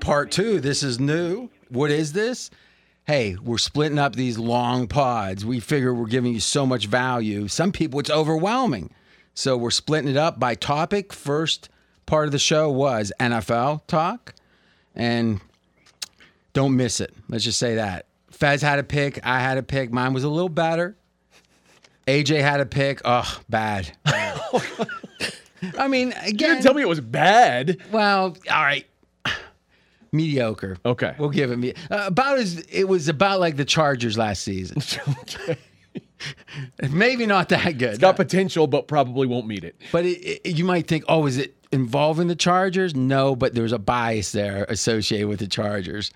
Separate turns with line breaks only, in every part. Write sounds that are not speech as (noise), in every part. part two. This is new. What is this? Hey, we're splitting up these long pods. We figure we're giving you so much value. Some people, it's overwhelming. So we're splitting it up by topic. First part of the show was NFL talk, and don't miss it. Let's just say that. Fez had a pick. I had a pick. Mine was a little better. AJ had a pick. Oh,
(laughs)
bad. I mean,
You
again,
didn't tell me it was bad.
well, all right. Mediocre.
Okay.
We'll give it me uh, about as it was about like the Chargers last
(laughs)
season. Maybe not that good.
Got potential, but probably won't meet it.
But it, it, you might think, oh, is it involving the Chargers? No, but there's a bias there associated with the Chargers.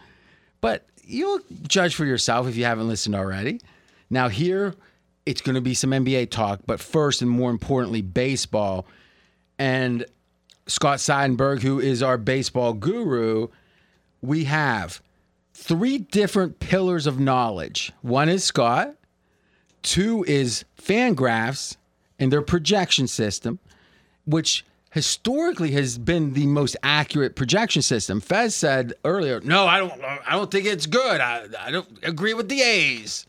But you'll judge for yourself if you haven't listened already. Now, here, it's going to be some NBA talk, but first and more importantly, baseball. And Scott Seidenberg, who is our baseball guru, we have three different pillars of knowledge. One is Scott, two is Fangraphs and their projection system, which historically has been the most accurate projection system. Fez said earlier, "No, I don't. I don't think it's good. I, I don't agree with the A's."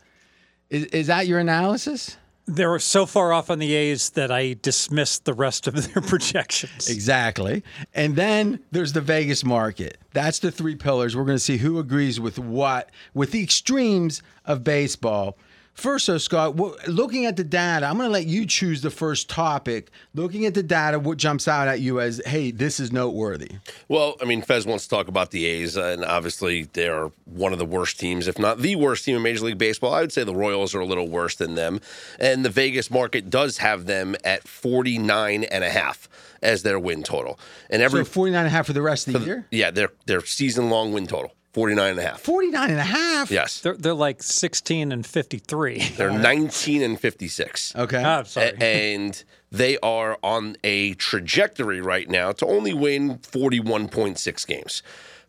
Is, is that your analysis?
They were so far off on the A's that I dismissed the rest of (laughs) their projections.
Exactly. And then there's the Vegas market. That's the three pillars. We're going to see who agrees with what, with the extremes of baseball. First, though, Scott, wh- looking at the data, I'm going to let you choose the first topic. Looking at the data, what jumps out at you as, hey, this is noteworthy?
Well, I mean, Fez wants to talk about the A's, uh, and obviously they are one of the worst teams, if not the worst team in Major League Baseball. I would say the Royals are a little worse than them, and the Vegas market does have them at 49 and a half as their win total. And every
So 49 and a half for the rest of the year?
yeah, their their season long win total 49 and a half.
49 and a half?
Yes.
They're, they're like 16 and 53. (laughs)
They're 19 and 56.
Okay.
Ah, sorry.
A- and they are on a trajectory right now to only win 41.6 games.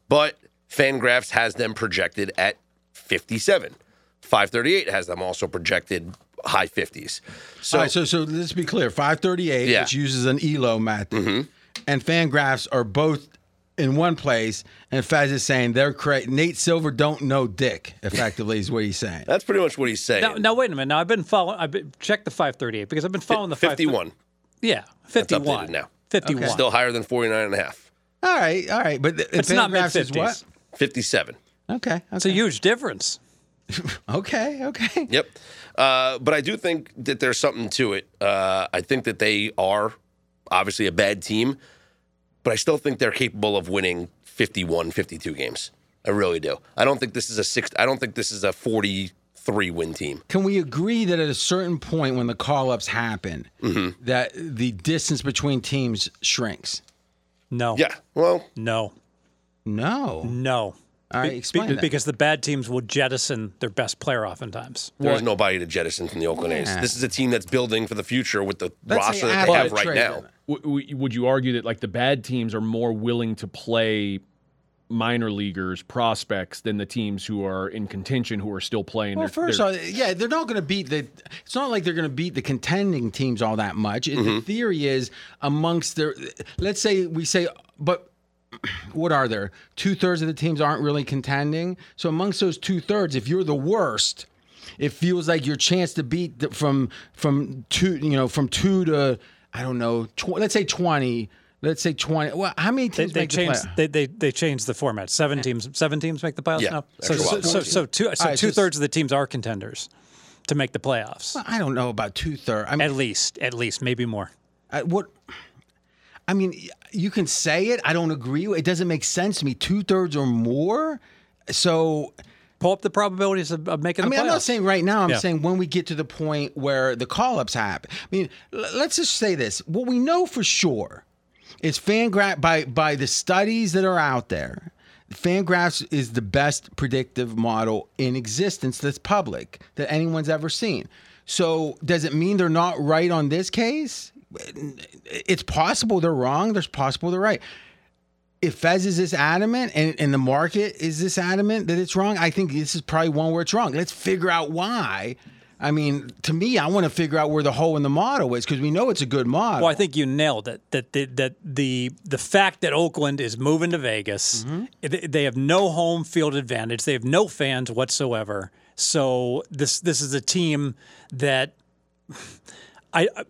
But Fangraphs has them projected at 57. 538 has them also projected high 50s. So,
All right, so so let's be clear. 538,
Yeah. Mm-hmm.
which uses an ELO method, and Fangraphs are both in one place. And Faz is saying they're correct. Nate Silver don't know dick. Effectively, is what he's
(laughs)
saying.
that's pretty much what he's saying.
now, now, wait a minute. Now, I've been following, I've been, check the 538 because I've been following the 538.
51.
Yeah,
updated
51.
now.
51.
Still higher than 49 and a half.
All right, all right, but
it's not mid 50s.
what?
57.
Okay,
It's a
okay,
huge difference.
okay, okay.
Yep. Uh, but I do think that there's something to it. Uh, I think that they are obviously a bad team, but I still think they're capable of winning 51, 52 games. I really do. I don't think this is a six. I don't think this is a 43 win team.
Can we agree that at a certain point when the call ups happen,
Mm-hmm.
that the distance between teams shrinks?
No.
Yeah. Well,
No.
Mm-hmm.
No.
No.
All right,
Be-
explain
be-
that.
Because the bad teams will jettison their best player oftentimes.
there's nobody to jettison from the Oakland A's.
Yeah.
This is a team that's building for the future with the
That's the
roster that they have
athlete
right
trait,
now.
isn't it?
W- w- would you argue that like the bad teams are more willing to play minor leaguers, prospects, than the teams who are in contention who are still playing?
Well,
their-
first
their-
off, yeah, they're not going to beat the. It's not like they're going to beat the contending teams all that much. It-
Mm-hmm.
The theory is amongst their. Let's say we say, but (clears throat) what are there? Two thirds of the teams aren't really contending. So amongst those two thirds, if you're the worst, it feels like your chance to beat the, from from two, you know, from two to I don't know, tw- let's say twenty. Let's say twenty. Well, how many
They,
teams
they
make
changed.
the play?
They, they they changed the format. Seven teams. Seven teams make the playoffs
Yeah,
now. So
extra
so,
wild
so
card.
so two so
All right, so
two thirds of the teams are contenders to make the playoffs.
I don't know about two thirds. I mean,
At least, at least, maybe more.
I, what? I mean, y- you can say it. I don't agree. with- It doesn't make sense to me. Two thirds or more. So
Pull up the probabilities of, of making
I
the
mean,
playoffs.
I'm not saying right now. I'm
Yeah.
saying when we get to the point where the call ups happen. I mean, l- let's just say this: what we know for sure is Fangraph by by the studies that are out there. Fangraphs is the best predictive model in existence that's public that anyone's ever seen. So does it mean they're not right on this case? It's possible they're wrong. There's possible they're right if Fez is this adamant and, and the market is this adamant that it's wrong, I think this is probably one where it's wrong. Let's figure out why. I mean, to me, I want to figure out where the hole in the model is because we know it's a good model.
Well, I think you nailed it. That the, that the the fact that Oakland is moving to Vegas,
Mm-hmm.
th- they have no home field advantage. They have no fans whatsoever. So this this is a team that (laughs) I I-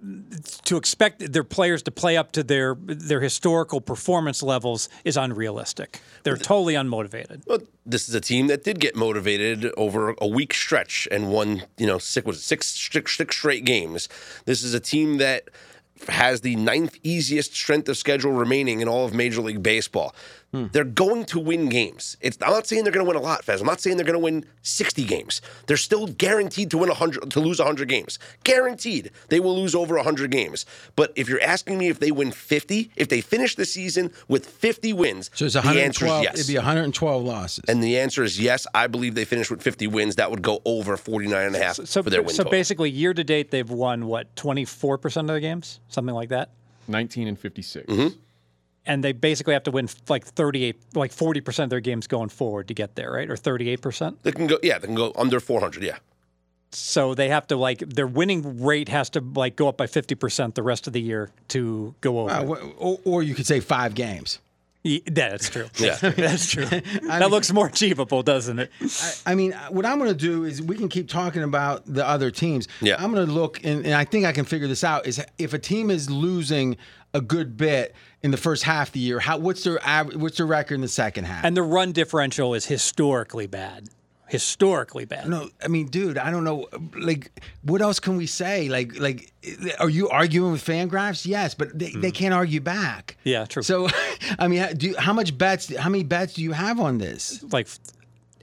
to expect their players to play up to their their historical performance levels is unrealistic. They're totally unmotivated.
Well, this is a team that did get motivated over a week stretch and won, you know, six was it six, six, six straight games. This is a team that has the ninth easiest strength of schedule remaining in all of Major League Baseball.
Hmm.
They're going to win games. It's, I'm not saying they're going to win a lot, Fez. I'm not saying they're going to win 60 games. They're still guaranteed to win 100 to lose 100 games. Guaranteed, they will lose over 100 games. But if you're asking me if they win 50, if they finish the season with 50 wins,
so it's
the answer is
112.
yes.
It'd be 112 losses.
And the answer is yes. I believe they finished with 50 wins. That would go over 49 and a half
So
for their win
so
total.
basically, year to date, they've won what twenty four percent of their games, something like that.
19 and 56.
and they basically have to win like 38 like 40% of their games going forward to get there right or 38%
They can go, yeah, they can go under 400. Yeah.
so they have to like their winning rate has to like go up by 50% the rest of the year to go over
Uh, wh- or, or you could say five games.
Ye- that's true (laughs)
Yeah.
that's
(laughs)
true that looks more achievable doesn't it
I mean, uh, what I'm going to do is we can keep talking about the other teams.
Yeah.
I'm going to look, and, and I think I can figure this out. Is if a team is losing a good bit in the first half of the year, how what's their average, what's their record in the second half?
and the run differential is historically bad historically bad
no, I mean, dude, I don't know. Like, what else can we say? Like, like, are you arguing with fan graphs? Yes, but they, they can't argue back.
Yeah, true.
So, (laughs) I mean, do you, how much bets? How many bets do you have on this?
like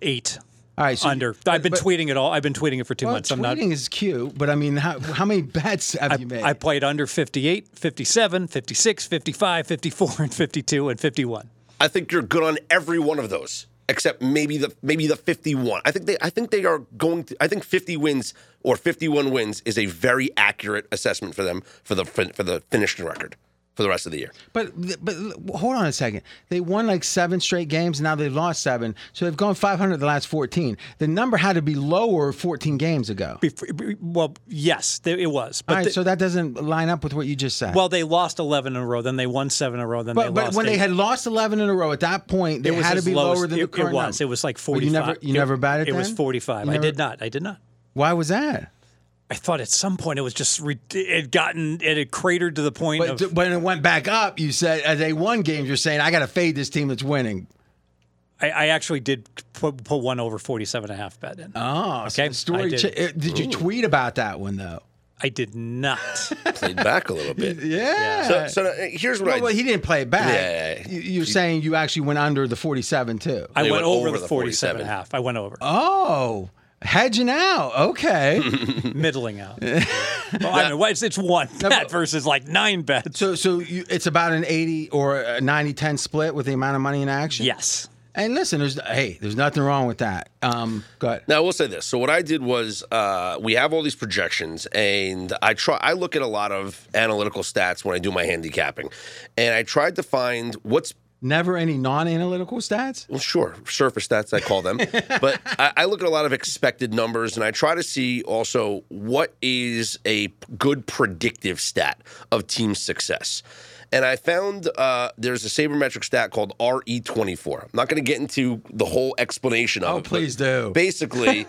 8
All right, so
under i've been
but-
tweeting it all i've been tweeting it for 2
Well,
months
tweeting
i'm not
is cute, but I mean, how, how many bets have you made?
I played under 58, 57, 56, 55, 54, and 52, and 51.
I think you're good on every one of those, except maybe the maybe the 51. I think they I think they are going to I think 50 wins or 51 wins is a very accurate assessment for them for the for the finishing record for the rest of the year.
But but hold on a second. They won like seven straight games. Now they've lost seven, so they've gone 500 the last 14. The number had to be lower 14 games ago.
Before, well, yes, th- it was. But
All right,
the-
so that doesn't line up with what you just said.
well, they lost 11 in a row, then they won seven in a row, then
but,
they
but
lost.
when they
eight.
had lost 11 in a row, at that point they
it was
had to
as
be
low as-
lower than
it,
the current
It was.
number.
It was like
Oh,
45.
you never you
It-
never batted.
It was
then?
45.
You
I
never-
did not. I did not.
Why was that?
I thought at some point it was just re- it had gotten it had cratered to the point
But
of
th- when it went back up, you said as they won games, you're saying I got to fade this team that's winning.
I, I actually did put, put one over 47 and a half bet in.
Oh, so
Okay,
the
I
story.
did.
Did, did you tweet about that one though?
I did not.
Played back a
(laughs)
little bit.
Yeah.
So, so uh, here's what I
Well, well, he didn't play it back.
Yeah, yeah, yeah.
You- You're saying you actually went under the 47 too.
I
They
went,
went
over,
over
the
the
47 and
47.
a half. I went over.
Oh, hedging out.
(laughs)
Okay.
middling (laughs) out. well, I mean, it's, it's one bet versus like nine bets.
so so you, it's about an 80 or a 90 10 split with the amount of money in action.
Yes.
And listen, there's hey, there's nothing wrong with that. Um, go ahead.
Now I will say this. So what I did was uh, we have all these projections, and I try. I look at a lot of analytical stats when I do my handicapping, and I tried to find what's
Never any non-analytical stats.
well, sure, surface stats, I call
(laughs)
them. but I, I look at a lot of expected numbers and I try to see also what is a p- good predictive stat of team success. And I found uh, there's a sabermetric stat called RE24. I'm not going to get into the whole explanation of
Oh,
it. but
please do. (laughs)
Basically,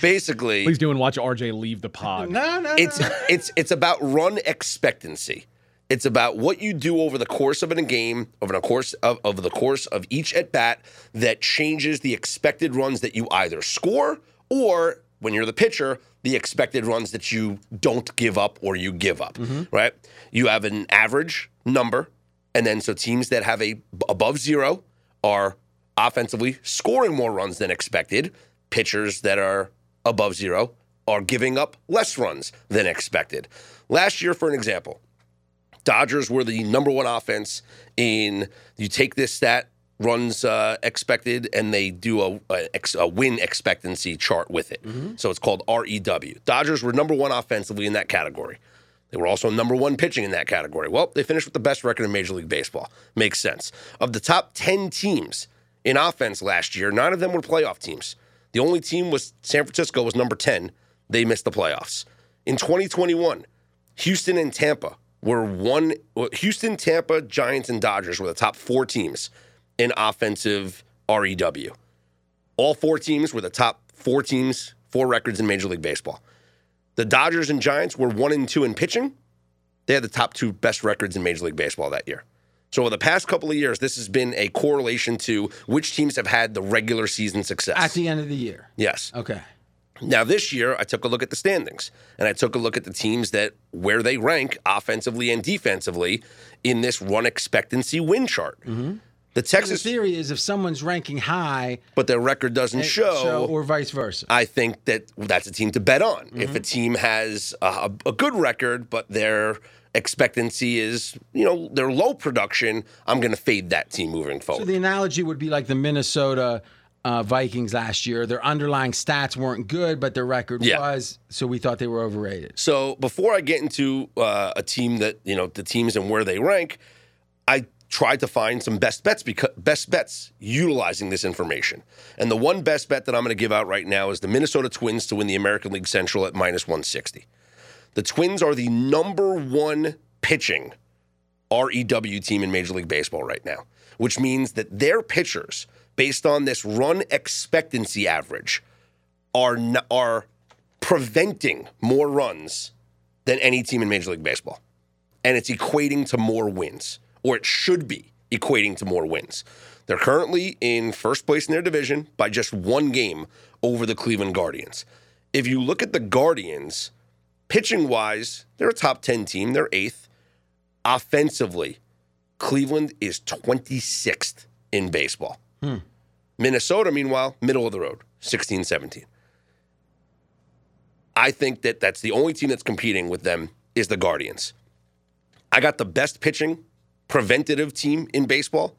basically,
Please do and watch RJ leave the pod.
No, no,
it's
no.
it's it's about run expectancy. It's about what you do over the course of a game, over the course of, of the course of each at bat that changes the expected runs that you either score or when you're the pitcher, the expected runs that you don't give up or you give up, right? You have an average number and then so teams that have a above 0 are offensively scoring more runs than expected. Pitchers that are above zero are giving up less runs than expected. Last year, for an example, Dodgers were the number one offense in. You take this stat, runs uh, expected, and they do a, a, ex, a win expectancy chart with it. So it's called REW. Dodgers were number one offensively in that category. They were also number one pitching in that category. Well, they finished with the best record in Major League Baseball. Makes sense. Of the top 10 teams in offense last year, nine of them were playoff teams. The only team was San Francisco was number 10. they missed the playoffs. In 2021, Houston and Tampa were one. well, Houston, Tampa, Giants, and Dodgers were the top four teams in offensive REW. All four teams were the top four teams, four records in Major League Baseball. The Dodgers and Giants were one and two in pitching. They had the top two best records in Major League Baseball that year. So over the past couple of years, this has been a correlation to which teams have had the regular season success.
at the end of the year.
yes.
Okay.
Now this year, I took a look at the standings and I took a look at the teams that where they rank offensively and defensively in this run expectancy win chart.
Mm-hmm. The
The Texas,
theory is if someone's ranking high,
but their record doesn't
so- or vice versa.
I think that that's a team to bet on.
Mm-hmm.
If a team has a, a good record, but their expectancy is, you know, their low production, I'm going to fade that team moving forward.
So the analogy would be like the Minnesota uh, Vikings last year. Their underlying stats weren't good, but their record
Yeah.
was, so we thought they were overrated.
So before I get into uh, a team that you know the teams and where they rank, I tried to find some best bets because best bets utilizing this information. And the one best bet that I'm going to give out right now is the Minnesota Twins to win the American League Central at minus 160. The Twins are the number one pitching REW team in Major League Baseball right now, which means that their pitchers, based on this run expectancy average, are n- are preventing more runs than any team in Major League Baseball, and it's equating to more wins, or it should be equating to more wins. They're currently in first place in their division by just one game over the Cleveland Guardians. If you look at the Guardians, pitching wise, they're a top 10 team, they're eighth. Offensively, Cleveland is 26th in baseball. Minnesota, meanwhile, middle of the road, 16 17. I think that that's the only team that's competing with them is the Guardians. I got the best pitching preventative team in baseball,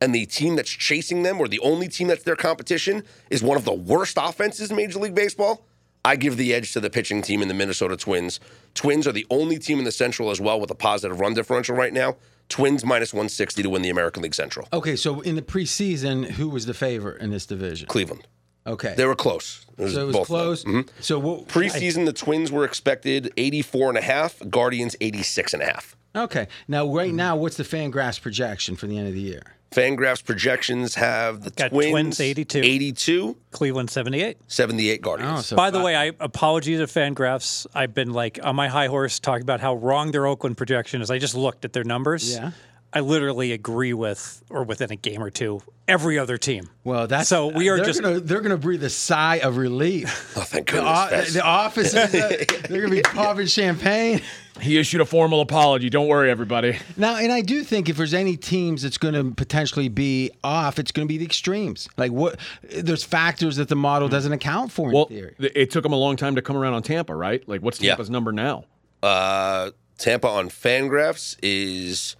and the team that's chasing them or the only team that's their competition is one of the worst offenses in Major League Baseball. I give the edge to the pitching team in the Minnesota Twins. Twins are the only team in the Central as well with a positive run differential right now. Twins minus 160 to win the American League Central.
Okay, so in the preseason, who was the favorite in this division?
Cleveland.
Okay,
They were close.
so it was
both of them. Mm-hmm.
close. So what?
Preseason, the Twins were expected 84 and a half, Guardians 86 and a half.
Okay, now
Mm-hmm.
right now, what's the Fangraphs projection for the end of the year?
Fangraphs projections have the
Got
Twins,
Twins 82.
82,
Cleveland 78.
78 Guardians.
so
By the way, I apologies to Fangraphs. I've been like on my high horse talking about how wrong their Oakland projection is. I just looked at their numbers.
Yeah.
I literally agree with, or within a game or two, every other team.
well, that's
So we are
they're
just-
Gonna, they're going to breathe a sigh of relief.
(laughs) Oh, thank
The,
goodness.
o-
That's-
the office, is
(laughs)
gonna- they're going to be popping champagne.
He issued a formal apology. Don't worry, everybody.
Now, and I do think if there's any teams that's going to potentially be off, it's going to be the extremes. Like what? There's factors that the model doesn't account for in
Hmm. Well,
theory.
th- it took him a long time to come around on Tampa, right? Like, what's
Yeah.
Tampa's number now?
uh, Tampa on Fangraphs is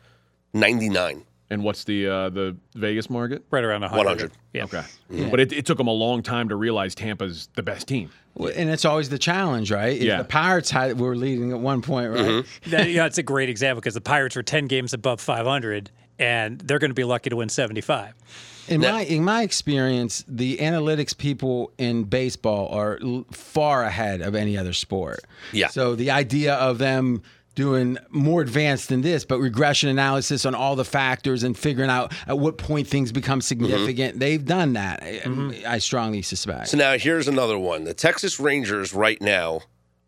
99.
And what's the uh, the Vegas market?
Right around 100.
100.
Yeah.
Okay, but it, it took him a long time to realize Tampa's the best team.
Well, And it's always the challenge, right? If
Yeah. Mm-hmm.
The Pirates had, were leading at one point, right?
that, yeah, it's a great example because the Pirates were 10 games above 500, and they're going to be lucky to win 75.
In my in my experience, the analytics people in baseball are l- far ahead of any other sport.
Yeah.
So the idea of them doing more advanced than this, but regression analysis on all the factors and figuring out at what point things become
Mm-hmm.
significant, they've done that. I, I strongly suspect.
So now here's another one. The Texas Rangers right now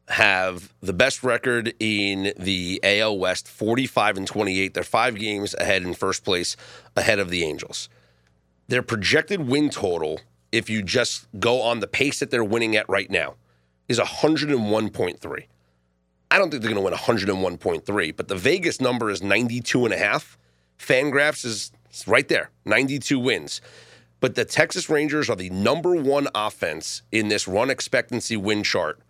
have the best record in the AL West, 45 and 28. They're five games ahead in first place, ahead of the Angels. Their projected win total, if you just go on the pace that they're winning at right now, is 101.3. I don't think they're going to win 101.3, but the Vegas number is 92 and a half. Fangraphs is it's right there, 92 wins. But the Texas Rangers are the number one offense in this run expectancy win chart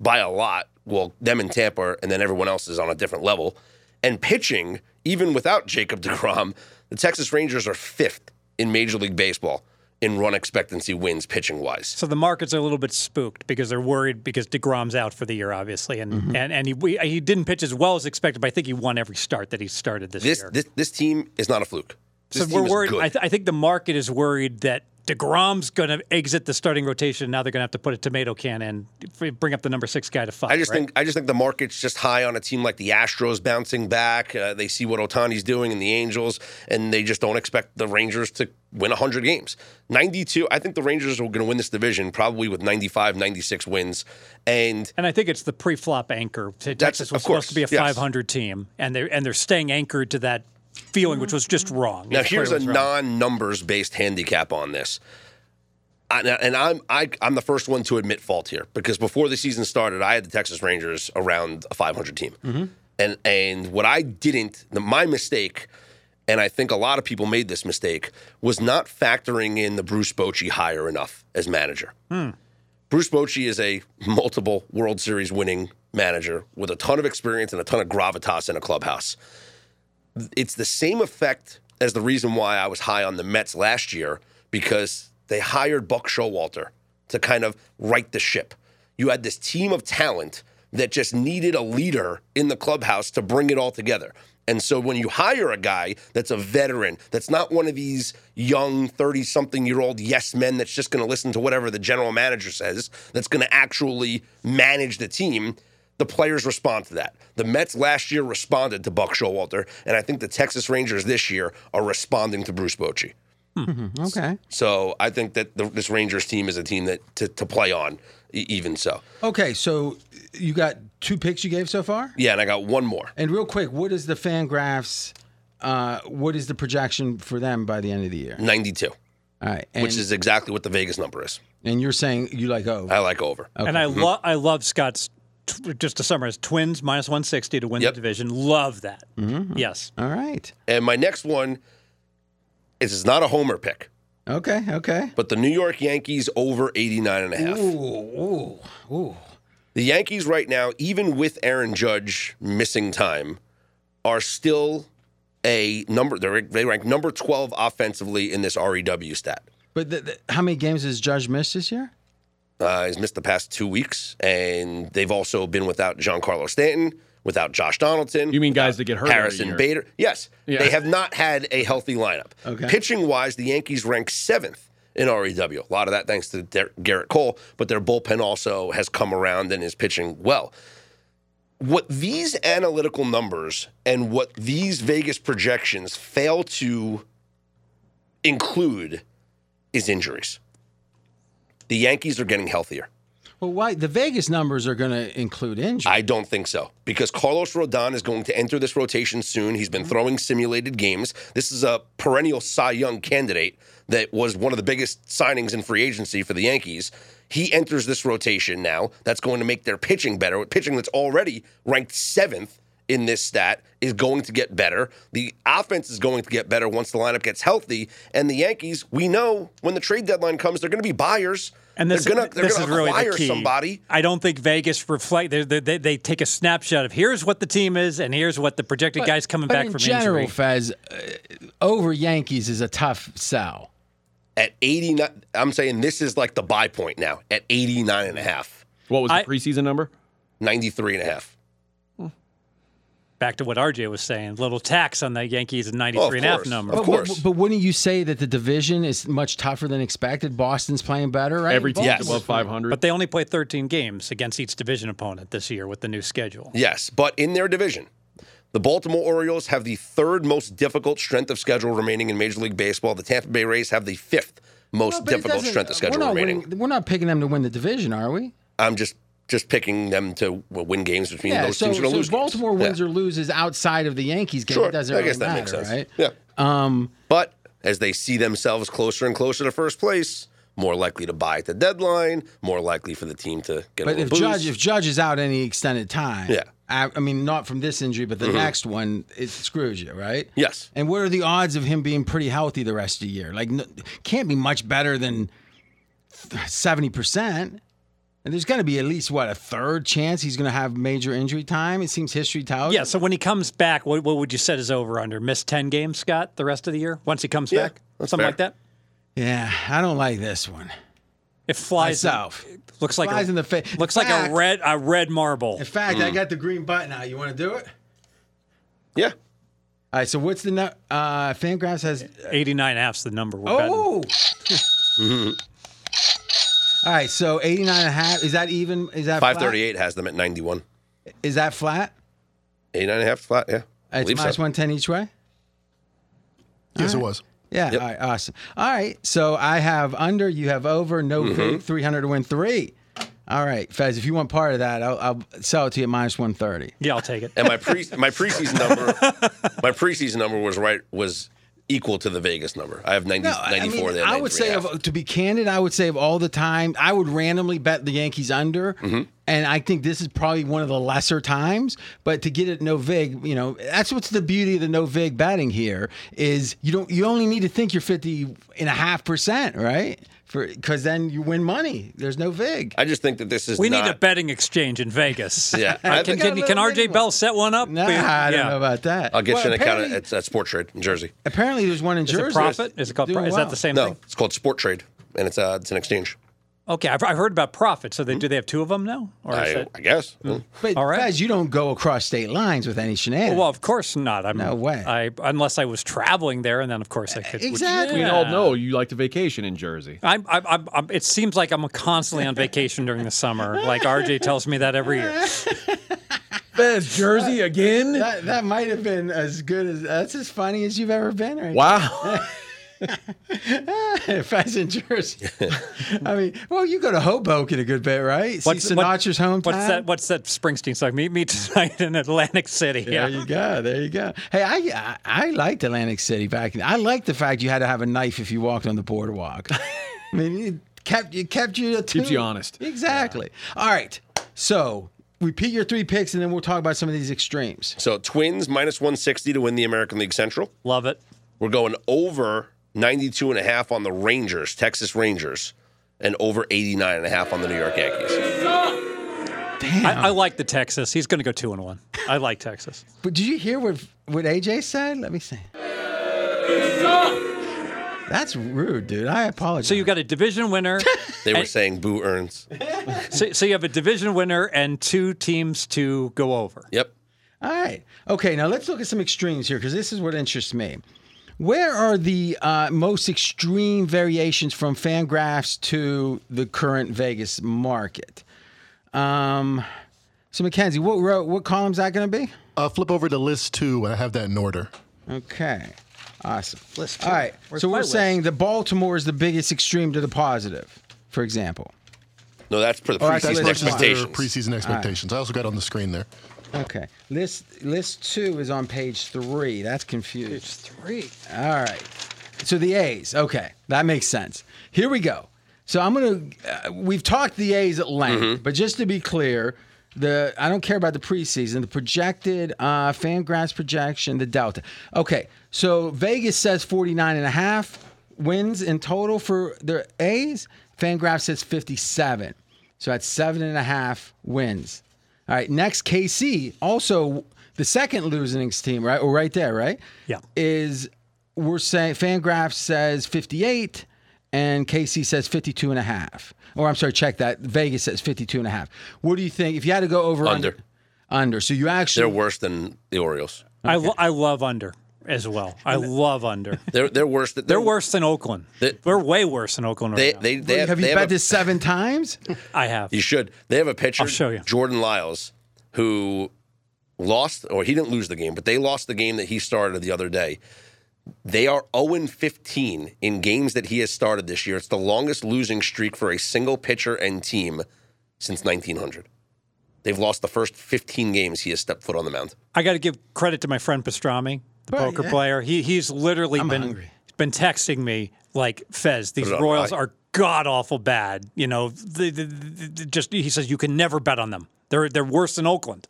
by a lot. Well, them and Tampa, and then everyone else is on a different level. And pitching, even without Jacob DeGrom, the Texas Rangers are fifth in Major League Baseball in run expectancy wins pitching wise.
So the markets are a little bit spooked because they're worried because Degrom's out for the year, obviously, and and, and he we, he didn't pitch as well as expected, but I think he won every start that he started this,
This
year.
this this team is not a fluke. This
so
team
we're
is
worried.
good.
I, th- I think the market is worried that DeGrom's going to exit the starting rotation. Now they're going to have to put a tomato can in, bring up the number six guy to five.
I just
right?
think I just think the market's just high on a team like the Astros bouncing back. Uh, they see what Otani's doing and the Angels, and they just don't expect the Rangers to win 100 games. 92, I think the Rangers are going to win this division probably with 95, 96 wins. And
And I think it's the pre-flop anchor. Say Texas was
of course,
supposed to be a
yes.
500 team, and they're and they're staying anchored to that feeling, which was just wrong.
now
It's
here's a
clearly wrong.
non-numbers based handicap on this. I, and I'm I, I'm the first one to admit fault here because before the season started, I had the Texas Rangers around a 500 team,
Mm-hmm.
and and what I didn't, the, my mistake, and I think a lot of people made this mistake was not factoring in the Bruce Bochy higher enough as manager.
Hmm.
Bruce Bochy is a multiple World Series winning manager with a ton of experience and a ton of gravitas in a clubhouse. It's the same effect as the reason why I was high on the Mets last year because they hired Buck Showalter to kind of right the ship. You had this team of talent that just needed a leader in the clubhouse to bring it all together. And so when you hire a guy that's a veteran, that's not one of these young 30 something year old yes men that's just going to listen to whatever the general manager says, that's going to actually manage the team, the players respond to that. The Mets last year responded to Buck Showalter, and I think the Texas Rangers this year are responding to Bruce Bochy.
Okay.
So I think that the, this Rangers team is a team that to, to play on, e- even so.
Okay. So you got two picks you gave so far?
Yeah, and I got one more.
And real quick, what is the fan graphs? Uh, what is the projection for them by the end of the year?
92,
All right. And,
which is exactly what the Vegas number is.
and you're saying you like, oh,
I like over.
And I love I love Scott's tw- just to summarize Twins minus 160 to win
Yep. Mm-hmm.
the division. Love that. Yes.
all right.
And my next one is it's not a homer pick,
Okay. Okay.
but the New York Yankees over 89 and a half.
Ooh, ooh, ooh.
The Yankees right now, even with Aaron Judge missing time, are still a number. They're, they rank number twelve offensively in this REW stat.
But the, the, how many games has Judge missed this year?
Uh, he's missed the past two weeks, and they've also been without Giancarlo Stanton, without Josh Donaldson.
You mean guys that get hurt? every
Harrison
year.
Bader. Yes,
Yeah.
they have not had a healthy lineup.
Okay.
Pitching wise, the Yankees rank seventh in REW. A lot of that thanks to Der- Garrett Cole, but their bullpen also has come around and is pitching well. What these analytical numbers and what these Vegas projections fail to include is injuries. The Yankees are getting healthier.
Well, why the Vegas numbers are going to include injury?
I don't think so because Carlos Rodon is going to enter this rotation soon. He's
Mm-hmm.
been throwing simulated games. This is a perennial Cy Young candidate that was one of the biggest signings in free agency for the Yankees. He enters this rotation now. That's going to make their pitching better. With Pitching that's already ranked seventh in this stat is going to get better. The offense is going to get better once the lineup gets healthy. And the Yankees, we know when the trade deadline comes, they're going to be buyers.
And this,
they're going to they're
this
going
is
to
really
acquire
the key.
somebody.
I don't think Vegas reflect. They, they, they, they take a snapshot of here's what the team is, and here's what the projected guys coming
but
back
in
from
general,
injury.
Fez, uh, over Yankees is a tough sell.
at 89 i'm saying this is like the buy point now at 89 and a half
What was the
I-
preseason number?
93 and a half
Back to what RJ was saying, little tax on that Yankees 93 and a half
course.
number.
Of
But, w-
course.
but wouldn't you say that the division is much tougher than expected? Boston's playing better, right?
Every team's
Yes.
above 500.
But they only play 13 games against each division opponent this year with the new schedule.
yes but in their division the baltimore orioles have the third most difficult strength of schedule remaining in major league baseball the tampa bay rays have the fifth most
But it
difficult
doesn't-
strength of schedule
we're not
remaining
winning- we're not picking them to win the division, are we?
i'm just just picking them to w- win games between
Yeah.
those
So,
teams are going to
so
lose
Baltimore
games.
wins or loses outside of the Yankees game.
yeah.
it
sure
doesn't
i
really
guess that
matter,
makes sense
right? Um,
yeah but as they see themselves closer and closer to first place more likely to buy at the deadline more likely for the team to get
But
a little
if
boost.
Judge if Judge is out any extended time,
Yeah. Mm-hmm.
I, I mean not from this injury, but the next one, it screws you, right?
Yes.
And what are the odds of him being pretty healthy the rest of the year? Like, no, can't be much better than seventy percent. And there's going to be at least what a third chance he's going to have major injury time. It seems history tells.
Yeah, so when he comes back, what, what would you set his over under? Miss 10 games, Scott, the rest of the year? Once he comes
Yeah,
back?
that's
Something
fair.
like that?
Yeah, I don't like this one.
It flies
Myself.
Looks like
Flies
a,
in the face.
Looks
In
like
fact-
a red a red marble.
In fact,
Mm.
I got the green button out. You want to do it?
yeah
All right. So what's the nu- uh, Fangraphs has?
89 half's the number we're betting.
Oh, (laughs) All right, so 89 and a half. Is that even? Is that flat?
538 has them at 91.
Is that flat?
89 and a half flat, yeah.
It's
Believe so.
minus 110 each way?
Yes, it was.
Yeah.
Yep.
All right. Awesome. All right. So I have under. You have over. No
Mm-hmm.
fake. Three hundred to win three. All right, Fez. If you want part of that, I'll, I'll sell it to you at minus one thirty.
Yeah, I'll take
(laughs)
it.
And my pre my preseason number my preseason number was right was equal to the Vegas number. I have 90, 94 there.
I would say, of, to be candid, I would say of all the time, I would randomly bet the Yankees under,
Mm-hmm.
and I think this is probably one of the lesser times. But to get it no vig, you know, that's what's the beauty of the no vig batting here is you don't you only need to think you're 50 and a half percent, right? For because then you win money. There's no vig.
I just think that this is
We
not,
need a betting exchange in Vegas.
(laughs) Yeah,
Uh,
I
can,
think-
Got
can,
a
can
little
RJ
big
Bell
one.
set one up?
Nah,
We-
I don't
yeah.
know about that.
I'll get
Well,
you an account
apparently-
at, at Sport Trade in Jersey.
Apparently, there's one in
Is
Jersey.
it profit? Is it called?
Doing
Pro- Is that
well.
the same
No,
thing?
it's called Sport Trade, and it's uh, it's an exchange.
Okay, I've, I've heard about profit. So they, do they have two of them now? Or is
I,
it,
I guess.
But
All right.
Fez, you don't go across state lines with any shenanigans.
well, of course not. I'm,
No way.
I, unless I was traveling there, and then of course I could. which-
Exactly.
We all know you like to vacation in Jersey.
I'm, I'm, I'm, I'm, it seems like I'm constantly on vacation during the summer. Like RJ tells me that every year.
That's Jersey again?
that, that might have been as good as that's as funny as you've ever been. Right?
Wow.
(laughs) Fez in
(laughs)
Jersey. I mean, well, you go to Hoboken a good bit, right?
What's-
See
what-
Sinatra's hometown.
What's that? What's that Springsteen song? Meet me tonight in Atlantic City.
There you go. There you go. Hey, I I, I liked Atlantic City back. In, I liked the fact you had to have a knife if you walked on the
(laughs)
boardwalk. I mean, it kept you kept you
Keeps you honest.
Exactly. All right. So repeat your three picks, and then we'll talk about some of these extremes.
So Twins minus 160 to win the American League Central.
Love it.
We're going over 92 and a half on the Rangers, Texas Rangers, and over 89 and a half on the New York Yankees.
Damn.
I, I like the Texas. He's going to go two and one. I like Texas.
But did you hear what what AJ said? Let me see. That's rude, dude. I apologize.
So you got a
(laughs)
division winner.
They were saying boo earns.
so, so you have a division winner and two teams to go over.
Yep.
All right. Okay. Now let's look at some extremes here because this is what interests me. Where are the uh, most extreme variations from Fangraphs to the current Vegas market? Um, so Mackenzie, what row, what column is that going to be?
Uh, flip over to list two, and I have that in order.
Okay. Awesome.
List two.
All right.
Where's
so
my
we're
list?
saying the Baltimore is the biggest extreme to the positive, for example.
No, that's for the
All right,
That's
preseason
list
versus their
expectations.
preseason expectations. I also got on the screen there.
Okay. List list two is on page three. That's confusing.
It's three.
All right. So the A's. Okay, that makes sense. Here we go. So I'm gonna. Uh, we've talked the A's at length, but just to be clear, the I don't care about the preseason. The projected uh, Fangraphs projection, the Delta. Okay. So Vegas says 49 and a half wins in total for the A's. Fangraphs says 57. So that's seven and a half wins. All right. Next, KC also. The second losing team, right? Or right there, right?
Yeah.
is we're saying Fangraph says 58 and KC says 52 and a half. Or I'm sorry, check that. Vegas says 52 and a half. What do you think if you had to go over
Under.
under? Under. So you
They're
actually
worse than the Orioles.
I, lo- I love under as well. I love under.
They're they're worse than
They're worse than Oakland.
They-
We're way worse than Oakland.
They
Right now.
they, they have,
have you
they
bet
have a-
this seven times? (laughs)
I have.
You should. They have a pitcher,
I'll show you.
Jordan Lyles, who lost, or he didn't lose the game, but they lost the game that he started the other day. They are 0 15 in games that he has started this year. It's the longest losing streak for a single pitcher and team since 1900. They've lost the first 15 games he has stepped foot on the mound.
I got to give credit to my friend Pastrami, the
Right,
poker
yeah.
player. He he's literally been
hungry.
been texting me like Fez. These
it on
Royals
high."
are god awful bad. You know, the, the, the, the- just he says you can never bet on them. They're they're worse than Oakland.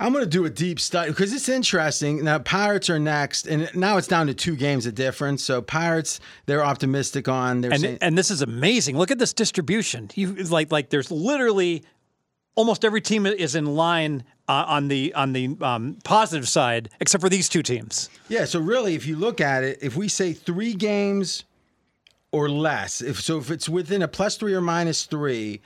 I'm going to do a deep study because it's interesting. Now, Pirates are next, and now it's down to two games of difference. So, Pirates, they're optimistic on. They're
And
saying,
and this is amazing. Look at this distribution. You like like there's literally almost every team is in line uh, on the on the um, positive side except for these two teams.
Yeah, so really, if you look at it, if we say three games or less, if so, if it's within a plus three or minus three,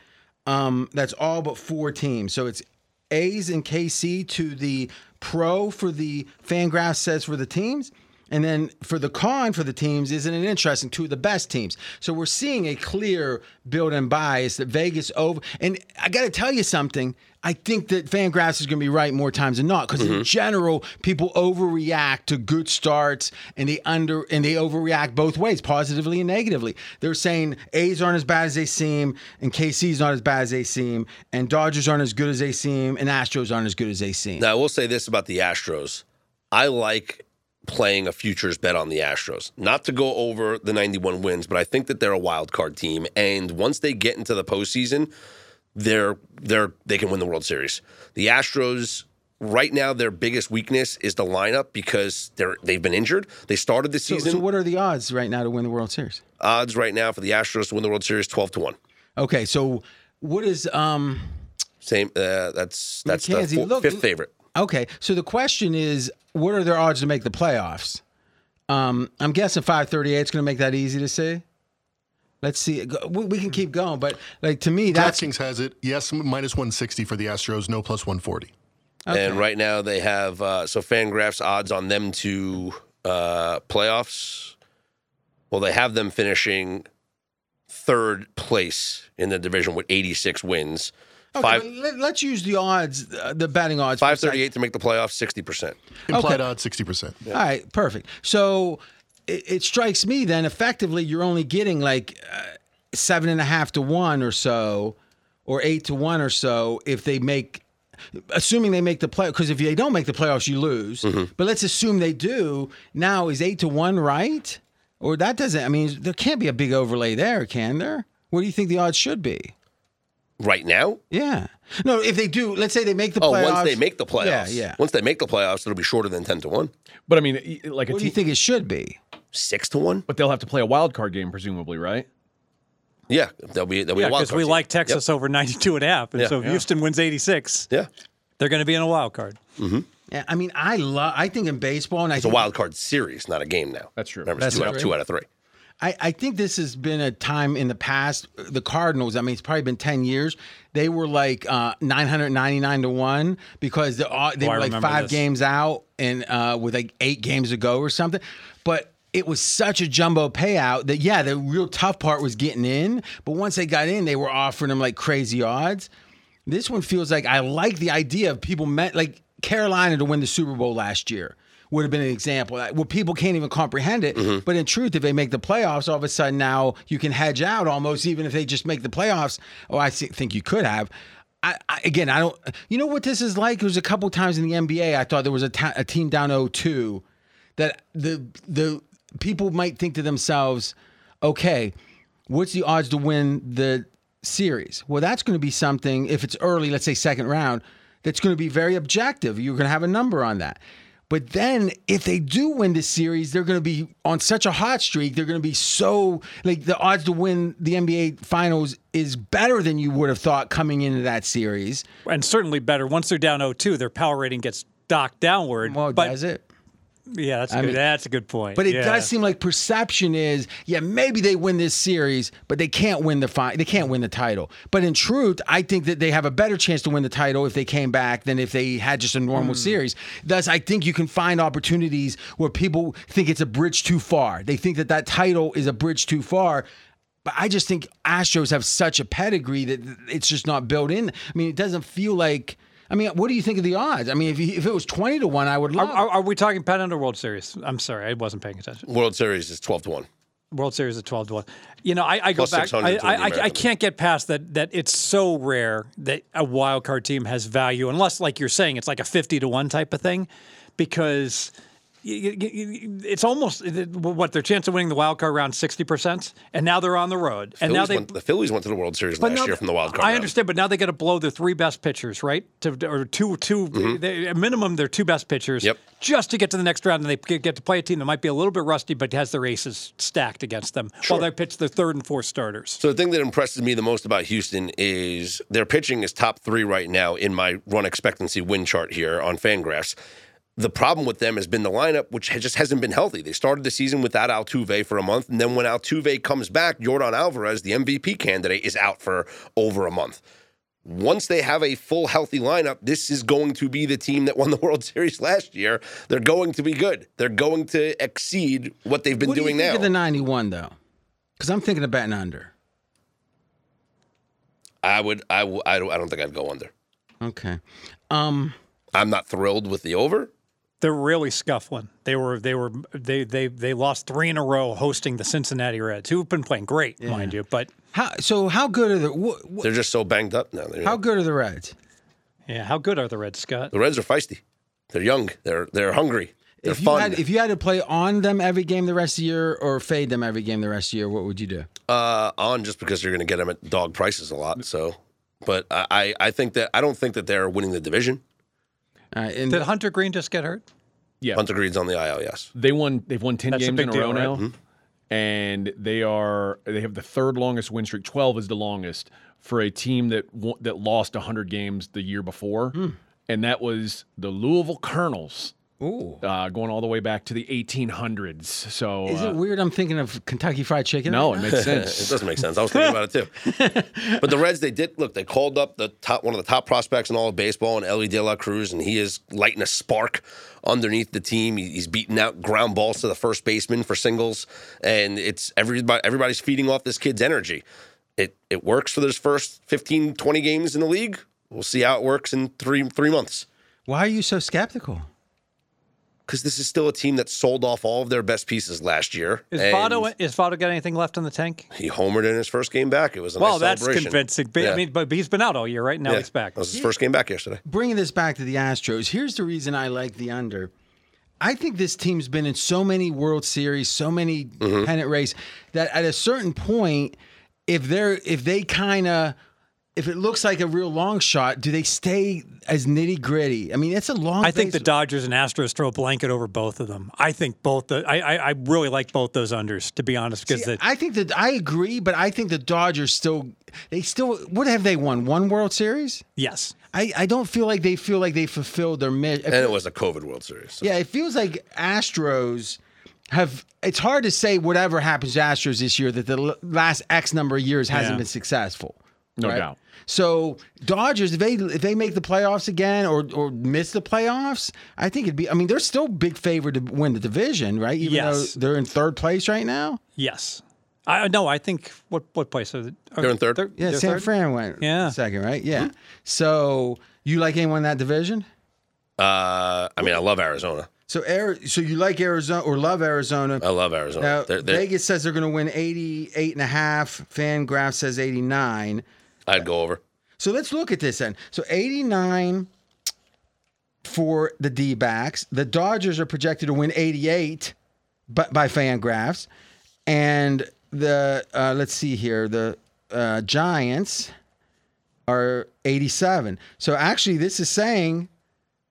um, that's all but four teams. So it's A's and KC to the pro for the Fangraphs says for the teams, And then for the con for the teams, isn't it interesting? Two of the best teams. So we're seeing a clear build and bias that Vegas over. And I got to tell you something. I think that Fangraphs is going to be right more times than not because in general people overreact to good starts and they under and they overreact both ways, positively and negatively. They're saying A's aren't as bad as they seem, and KC's not as bad as they seem, and Dodgers aren't as good as they seem, and Astros aren't as good as they seem.
Now, I will say this about the Astros. I like playing a futures bet on the Astros. Not to go over the 91 wins, but I think that they're a wild card team. And once they get into the postseason, they're they're they can win the World Series. The Astros right now their biggest weakness is the lineup because they're they've been injured. They started the
So,
season
so what are the odds right now to win the World Series?
odds right now for the Astros to win the World Series 12 to 1.
Okay, so what is um
Same uh, that's that's the
McKenzie,
four-
look-
fifth favorite.
okay, so the question is what are their odds to make the playoffs? Um I'm guessing 538 is going to make that easy to see. Let's see. Go- We we can keep going, but like to me that's
DraftKings has it. Yes, minus 160 for the Astros. No, plus 140.
And right now they have uh, so Fangraphs odds on them to uh, playoffs. Well, they have them finishing third place in the division with 86 wins.
okay,
five,
but let, let's use the odds uh, the betting odds for a second.
538 to make the playoffs, 60%.
Implied odds 60%.
All right, perfect. So it, it strikes me then effectively you're only getting like uh, seven and a half to one or so, or eight to one or so if they make. Assuming they make the play, because if they don't make the playoffs, you lose.
Mm-hmm.
But let's assume they do. Now is eight to one right? Or that doesn't. I mean, there can't be a big overlay there, can there? What do you think the odds should be?
Right now?
Yeah. No, if they do, let's say they make the
Oh,
playoffs.
once they make the
Yeah,
playoffs.
yeah.
Once they make the playoffs, it'll be shorter than 10 to 1.
But I mean, e- like a
What do
team,
you think it should be?
6 to 1?
but they'll have to play a wild card game, presumably, right?
Yeah, they'll be they'll be
Yeah,
a wild
because
card
we
team.
like Texas over (laughs) 92 and a half. And so if Houston wins 86,
Yeah.
they're going to be in a wild card.
Yeah, I mean, I love. I think in baseball, and I
It's a
think
wild card series, not a game now.
That's true.
Remember,
That's
it's two, out,
true.
two out of 3.
I, I think this has been a time in the past. The Cardinals, I mean, it's probably been 10 years. They were like uh, 999 to 1 because the, uh, they
Oh, I
were like
remember
five
this.
games out and uh, with like eight games ago or something. But it was such a jumbo payout that, yeah, the real tough part was getting in. But once they got in, they were offering them like crazy odds. This one feels like I like the idea of people met like Carolina to win the Super Bowl last year would have been an example like, where people can't even comprehend it. But in truth, if they make the playoffs, all of a sudden now you can hedge out almost even if they just make the playoffs. Oh, I see- think you could have. I, I, again, I don't. You know what this is like? There was a couple times in the NBA. I thought there was a ta- a team down 0-2 that the the people might think to themselves, okay, what's the odds to win the series? Well, that's going to be something if it's early, let's say second round, that's going to be very objective. You're going to have a number on that. But then if they do win the series, they're going to be on such a hot streak. They're going to be so like the odds to win the NBA finals is better than you would have thought coming into that series.
And certainly better. Once they're down 0 2, their power rating gets docked downward.
Well,
but
does it?
yeah, that's a, good,
mean-
that's a good point.
But it
Yeah.
does seem like perception is, yeah, maybe they win this series, but they can't win the fi- they can't win the title. But in truth, I think that they have a better chance to win the title if they came back than if they had just a
Hmm.
normal series. Thus, I think you can find opportunities where people think it's a bridge too far. They think that that title is a bridge too far. But I just think Astros have such a pedigree that it's just not built in. I mean, it doesn't feel like. I mean, what do you think of the odds? I mean, if, you, if it was twenty to one, I would
Are,
love.
are, are we talking Pennant or World Series? I'm sorry, I wasn't paying attention.
World Series is 12 to 1.
World Series at 12 to 1. You know, I, I go
Plus
back.
600
I, I,
to the
I, I
American
can't get past that that it's so rare that a wild card team has value, unless, like you're saying, it's like a 50 to 1 type of thing, because y- y- y- it's almost what their chance of winning the wild card round 60%, and now they're on the road. And now
Phillies
they.
went, the Phillies went to the World Series last
now
year
they-
from the wild card.
I
round.
understand, but now they got to blow their three best pitchers, right? To or two, two- they, at minimum, their two best pitchers,
Mm-hmm. Yep.
just to get to the next round, and they get get to play a team that might be a little bit rusty, but has their aces stacked against them, while they pitch their third and fourth starters.
So the thing that impresses me the most about Houston is their pitching is top three right now in my run expectancy win chart here on Fangraphs. The problem with them has been the lineup, which ha- just hasn't been healthy. They started the season without Altuve for a month, and then when Altuve comes back, Jordan Alvarez, the MVP candidate, is out for over a month. once they have a full healthy lineup, this is going to be the team that won the (laughs) World Series last year. They're going to be good. They're going to exceed what they've been
what
doing
do you
now.
think of the 91 though? Because I'm thinking of betting under.
I would. I, w- I. don't- I don't think I'd go under.
Okay. Um,
I'm not thrilled with the over.
They're really scuffling. They were they were they they they lost three in a row hosting the Cincinnati Reds, who've been playing great, mind you. But
how so? How good are the wh- wh-
They're just so banged up now. They're-
how good are the Reds?
yeah, how good are the Reds, Scott?
the Reds are feisty. They're young. They're they're hungry. They're
If you,
fun.
had, if you had to play on them every game the rest of the year or fade them every game the rest of the year, what would you do?
uh, on just because you're going to get them at dog prices a lot. So, but I, I I think that I don't think that they're winning the division.
All right, and
Did Hunter Green just get hurt?
Yeah.
Hunter Green's on the IL. Yes,
They won. They've won ten
That's a
games
big
in a
deal,
row
right?
now,
Mm-hmm.
and they are. They have the third longest win streak. Twelve is the longest for a team that won, that lost hundred games the year before,
Hmm.
and that was the Louisville Colonels.
ooh,
Uh, going all the way back to the 1800s. So
is
uh,
it weird? I'm thinking of Kentucky Fried Chicken.
no,
right
it
now? (laughs)
makes
it
sense.
doesn't make sense. I was thinking about it too.
(laughs)
But the Reds, they did look. They called up the top one of the top prospects in all of baseball, and Ellie De La Cruz, and he is lighting a spark underneath the team. He- He's beating out ground balls to the first baseman for singles, and it's everybody. Everybody's feeding off this kid's energy. It it works for those first 15, 20 games in the league. We'll see how it works in three three months.
Why are you so skeptical?
because this is still a team that sold off all of their best pieces last year.
Is
and
Votto is Votto got anything left in the tank?
He homered in his first game back. It was a
Well,
nice
that's
celebration.
convincing. But,
Yeah.
I mean, but he's been out all year, right? Now
Yeah.
he's back.
That was his first game back yesterday.
bringing this back to the Astros, here's the reason I like the under. I think this team's been in so many World Series, so many pennant race that at a certain point, if they're if they kind of if it looks like a real long shot, do they stay as nitty gritty? I mean, it's a long.
I think the
base-
Dodgers and Astros throw a blanket over both of them. I think both the I I, I really like both those unders to be honest because the
I think that I agree, but I think the Dodgers still they still what have they won one World Series?
yes
I, I don't feel like they feel like they fulfilled their mission.
And it was a COVID World Series. so-
Yeah, it feels like Astros have. It's hard to say whatever happens to Astros this year that the l- last X number of years hasn't
Yeah.
been successful.
No doubt.
So Dodgers, if they if they make the playoffs again or or miss the playoffs, I think it'd be. I mean, they're still big favorite to win the division, right? Even
Yes.
though they're in third place right now.
yes I no I think what what place are they? Are
They're in third.
Yeah,
they're
San
third?
Fran went
Yeah. Mm-hmm.
second, right? Yeah. So you like anyone in that division?
Uh, I mean, I love Arizona.
So Ari- so you like Arizona or love Arizona?
I love Arizona.
Now,
They're- they're-
Vegas says they're going to win 88 and a half. Fangraph says 89.
I'd go over.
So let's look at this then. So 89 for the D backs. The Dodgers are projected to win 88 by, by Fangraphs. And the, uh, let's see here, the uh, Giants are 87. So actually, this is saying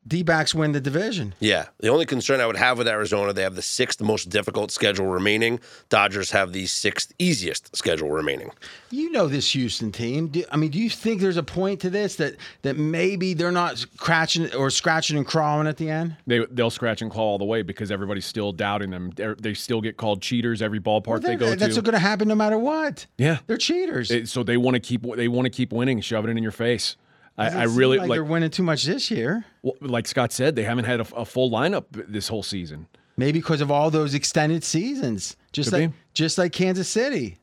D backs win the division.
Yeah. The only concern I would have with Arizona, they have the sixth most difficult schedule remaining. Dodgers have the sixth easiest schedule remaining.
You know this Houston team. Do, I mean, do you think there's a point to this that that maybe they're not scratching or scratching and crawling at the end?
They they'll scratch and claw all the way because everybody's still doubting them. They're, they still get called cheaters every ballpark they go
They're- that's
to.
going to happen no matter what.
yeah,
They're cheaters.
It- so they want to keep they want to keep winning, shoving it in your face. I,
Doesn't
I
seem
really
like,
like
they're winning too much this year.
well, like Scott said, they haven't had a, a full lineup this whole season.
Maybe because of all those extended seasons, just
Could
like
be.
just like Kansas City.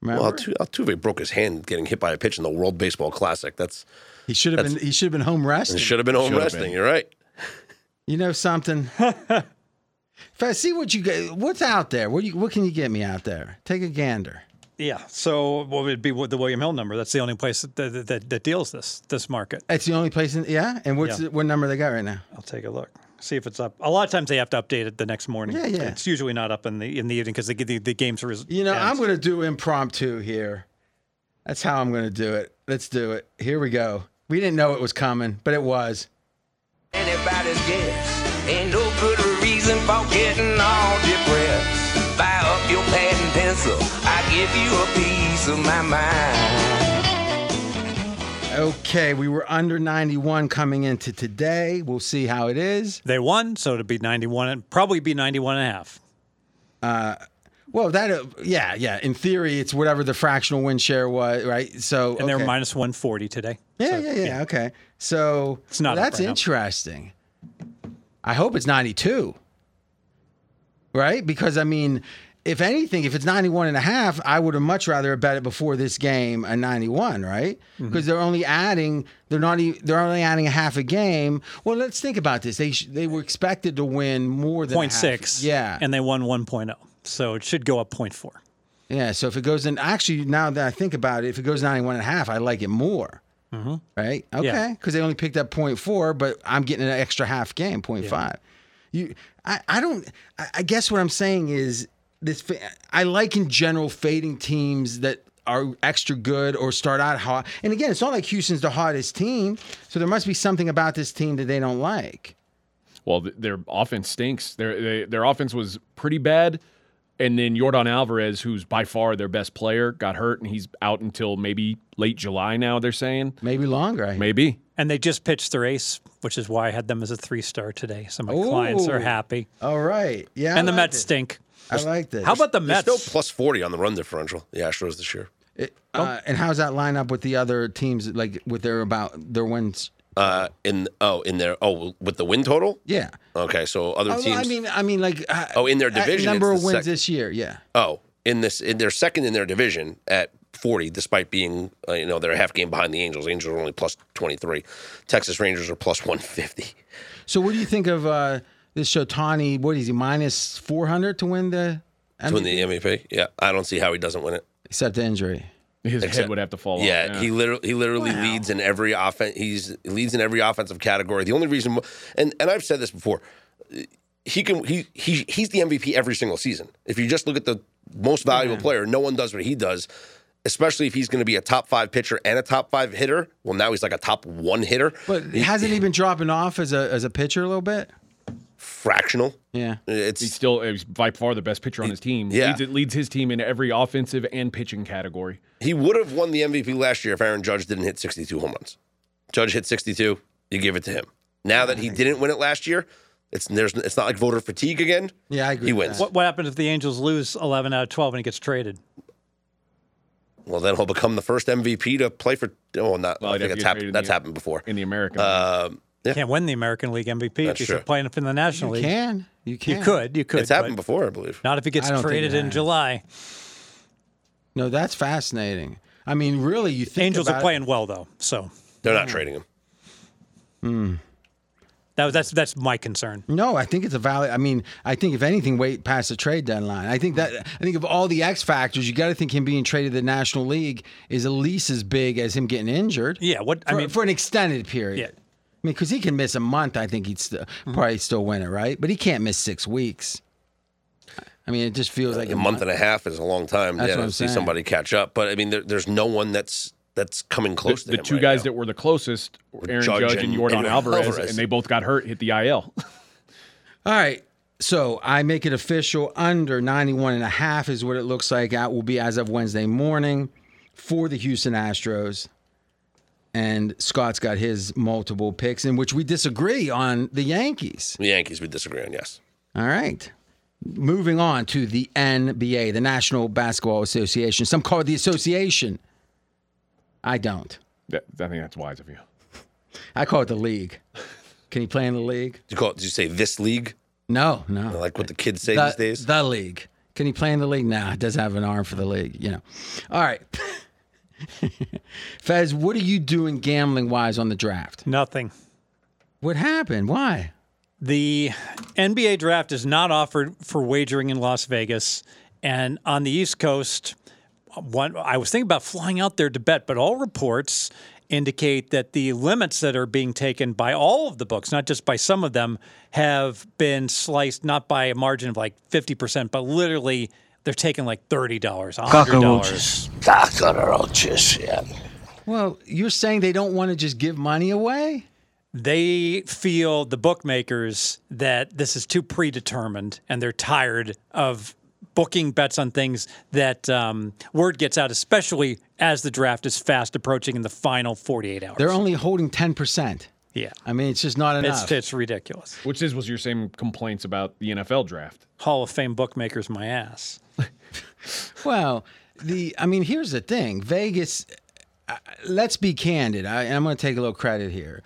Remember,
Well, Altu- Altuve broke his hand getting hit by a pitch in the World Baseball Classic. That's
he should have been he should have been home resting.
it should have been home
Should've
resting.
been.
You're right.
You know
(laughs)
something. If I see what you get, what's out there? What you, what can you get me out there? Take a gander.
yeah so what would be what the William Hill number that's the only place that that, that, that deals this this market
It's the only place in yeah. And what's
Yeah.
the- what number they got right now?
I'll take a look see if it's up a lot of times they have to update it the next morning
Yeah, yeah.
it's usually not up in the in the evening because the, the the games are
You know, I'm going to do impromptu here. That's how I'm going to do it. Let's do it. Here we go. We didn't know it was coming, but it was.
Anybody's guess. Ain't no good reason for getting all depressed. Fire up your pad and pencil. I give you a piece of my mind.
Okay, we were under 91 coming into today. We'll see how it is.
they won so it'd be 91 and probably be 91 and a half
Well, that uh, yeah, yeah. In theory, it's whatever the fractional win share was, right? So
and
okay.
they're minus 140 today
Yeah, yeah, yeah, Okay. So
It's not up
that's
right now.
interesting. I hope it's 92. Right? Because I mean, if anything, if it's 91 and a half, I would have much rather bet it before this game a 91, right?
Mm-hmm.
Because they're only adding they're not e- they're only adding a half a game. Well, let's think about this. They sh- they were expected to win more than
Point
half.
six.
Yeah.
And they won 1.0. So it should go up 0.4.
Yeah, so if it goes in, actually, now that I think about it, if it goes 91 and a half, I like it more.
Mm-hmm.
Right? Okay. Because they only picked up 0.4, but I'm getting an extra half game, 0.5. You, I, I don't, I, I guess what I'm saying is this, fa- I like in general fading teams that are extra good or start out hot. And again, it's not like Houston's the hottest team. So there must be something about this team that they don't like.
Well, th- their offense stinks. Their they, their offense was pretty bad, and then Jordan Alvarez, who's by far their best player, got hurt, and he's out until maybe late July. Now they're saying
Maybe longer. I
maybe.
And they just pitched their ace, which is why I had them as a three star today. So my clients
Ooh.
are happy.
All right. Yeah. I
and the
like
Mets
it.
stink.
I like this.
How about the
They're
Mets?
still plus 40 on the run differential, the Astros this year.
It, uh, and how's that line up with the other teams, like with their about their wins?
Uh, in oh, in their oh, with the win total.
Yeah.
Okay, so other
Oh,
teams.
I mean, I mean, like uh,
Oh, in their
uh,
division,
number
it's
of
the
wins
sec-
this year. Yeah.
oh, in this, in their second in their division at 40, despite being uh, you know they're a half game behind the Angels. Angels are only plus 23. Texas Rangers are plus 150.
So, what do you think of uh, this Shotani? What is he minus four hundred to win the? I
To
mean,
win the MVP, yeah, I don't see how he doesn't win it.
except the injury.
His head
Except-
would have to fall.
Yeah,
off.
he literally he literally leads in every offense. He's he leads in every offensive category. The only reason, and and I've said this before, he can he he he's the MVP every single season. If you just look at the most valuable player, no one does what he does. Especially if he's going to be a top five pitcher and a top five hitter. Well, now he's like a top one hitter,
But hasn't he been dropping off as a as a pitcher a little bit?
fractional.
Yeah.
He's
It's
still uh, he's by far the best pitcher on his team.
Yeah.
Leads, leads his team in every offensive and pitching category.
he would have won the MVP last year if Aaron Judge didn't hit 62 home runs. Judge hit 62, you give it to him. Now that he didn't win it last year, it's there's it's not like voter fatigue again.
Yeah, I agree.
He
with
wins.
that.
what, what happens if the Angels lose 11 out of 12 and he gets traded?
Well, then he'll become the first MVP to play for. Oh, not.
Well,
I
he'd have
think it's
to get traded
happened.
in
That's
the-
happened before.
in the American.
Um, yeah,
Can't win the American League MVP
That's
if you're
true.
playing up in the National
You
League.
can. You
You
can.
could. You could.
it's happened
but
before, I believe.
Not if it gets
I don't think
traded
it
in
has.
July.
No, that's fascinating. I mean, really, you think
Angels
about
are
it-
playing well though, so
They're not trading him.
that, that's that's my concern.
No, I think it's a valid. I mean, I think if anything, wait past the trade deadline. I think that I think of all the X factors, you got to think him being traded to the National League is at least as big as him getting injured.
Yeah. What
for,
I mean,
for an extended period.
Yeah. Mm-hmm.
I mean, because he can miss a month. I think he'd st- probably still win it, right? But he can't miss six weeks. I mean, it just feels like
A month and a half is a long time.
That's
yeah,
what
to
I'm
see
saying.
somebody catch up. But I mean, there, there's no one that's that's coming close
the
to
the
him
two
right
guys
now.
that were the closest, were Aaron Judge, and Jordan
and
Alvarez,
Alvarez.
and they both got hurt, hit the IL.
All right. So I make it official under 91 and a half is what it looks like. That will be as of Wednesday morning for the Houston Astros. And Scott's got his multiple picks in which we disagree on the Yankees.
the Yankees we disagree on. Yes,
All right. Moving on to the NBA, the National Basketball Association. Some call it the association. I don't.
That- I think that's wise of you.
I call it the league. Can you play in the league?
did you call it? Did you say this league?
No, no.
Like what the kids say
the,
these days?
the league. Can he play in the league? Nah, it does have an arm for the league, you know. All right. (laughs) Fez, what are you doing gambling wise on the draft?
nothing.
What happened? Why?
The NBA draft is not offered for wagering in Las Vegas, and on the East Coast, one I was thinking about flying out there to bet, but all reports indicate that the limits that are being taken by all of the books, not just by some of them, have been sliced not by a margin of like fifty percent, but literally they're taking like thirty dollars, hundred dollars.
Cockroaches, yeah.
Well, you're saying they don't want to just give money away?
they feel the bookmakers that this is too predetermined and they're tired of booking bets on things that um, word gets out especially as the draft is fast approaching in the final 48 hours
They're only holding 10%.
yeah
I mean, it's just not enough.
it's, it's ridiculous
Which is was your same complaints about the NFL draft.
hall of fame bookmakers my ass
Well, the I mean, here's the thing: Vegas. uh, let's be candid. I, and I'm going to take a little credit here.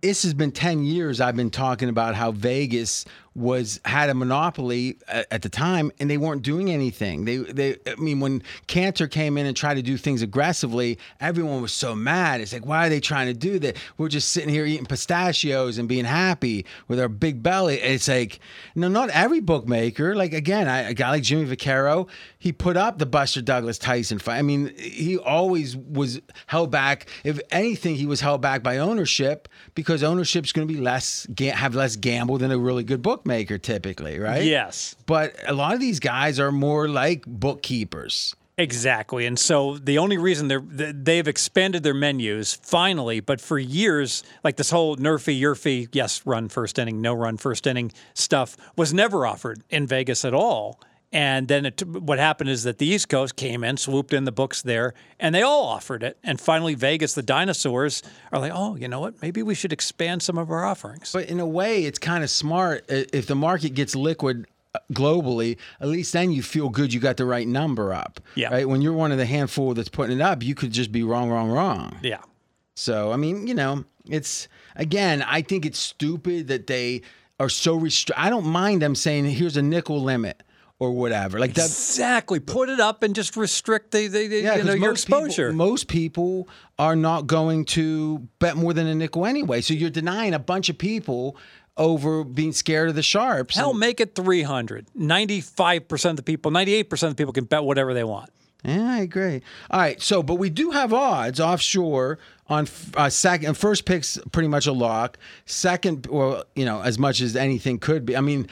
This has been 10 years I've been talking about how Vegas was had a monopoly uh, at, at the time and they weren't doing anything. They they I mean when Cantor came in and tried to do things aggressively, everyone was so mad. It's like why are they trying to do that? We're just sitting here eating pistachios and being happy with our big belly. It's like no not every bookmaker. Like again, I, a guy like Jimmy Vaccaro, he put up the Buster Douglas Tyson fight. I mean, he always was held back. If anything, he was held back by ownership because ownership's going to be less ga- have less gamble than a really good bookmaker typically, right?
Yes.
But a lot of these guys are more like bookkeepers.
Exactly. And so the only reason they're, th- they've expanded their menus finally, but for years, like this whole Nerfy, Yerfy, yes, run first inning, no run first inning stuff was never offered in Vegas at all. And then it, what happened is that the East Coast came in, swooped in the books there, and they all offered it. And finally, Vegas, the dinosaurs, are like, oh, you know what? Maybe we should expand some of our offerings.
But in a way, it's kind of smart. I- If the market gets liquid uh, globally, at least then you feel good you got the right number up.
Yeah.
Right? When you're one of the handful that's putting it up, you could just be wrong, wrong, wrong.
yeah.
So, I mean, you know, it's again, I think it's stupid that they are so restrict. I don't mind them saying, here's a nickel limit or whatever. Like that.
Exactly. Put it up and just restrict the, the, the
Yeah,
you know,
'cause
your
most people-
exposure.
most people are not going to bet more than a nickel anyway. So you're denying a bunch of people over being scared of the sharps.
Hell, make it 300. 95% of the people, 98% of the people can bet whatever they want.
Yeah, I agree. All right, so but we do have odds offshore on f- uh, second first picks pretty much a lock. Second, well, you know, as much as anything could be. I mean,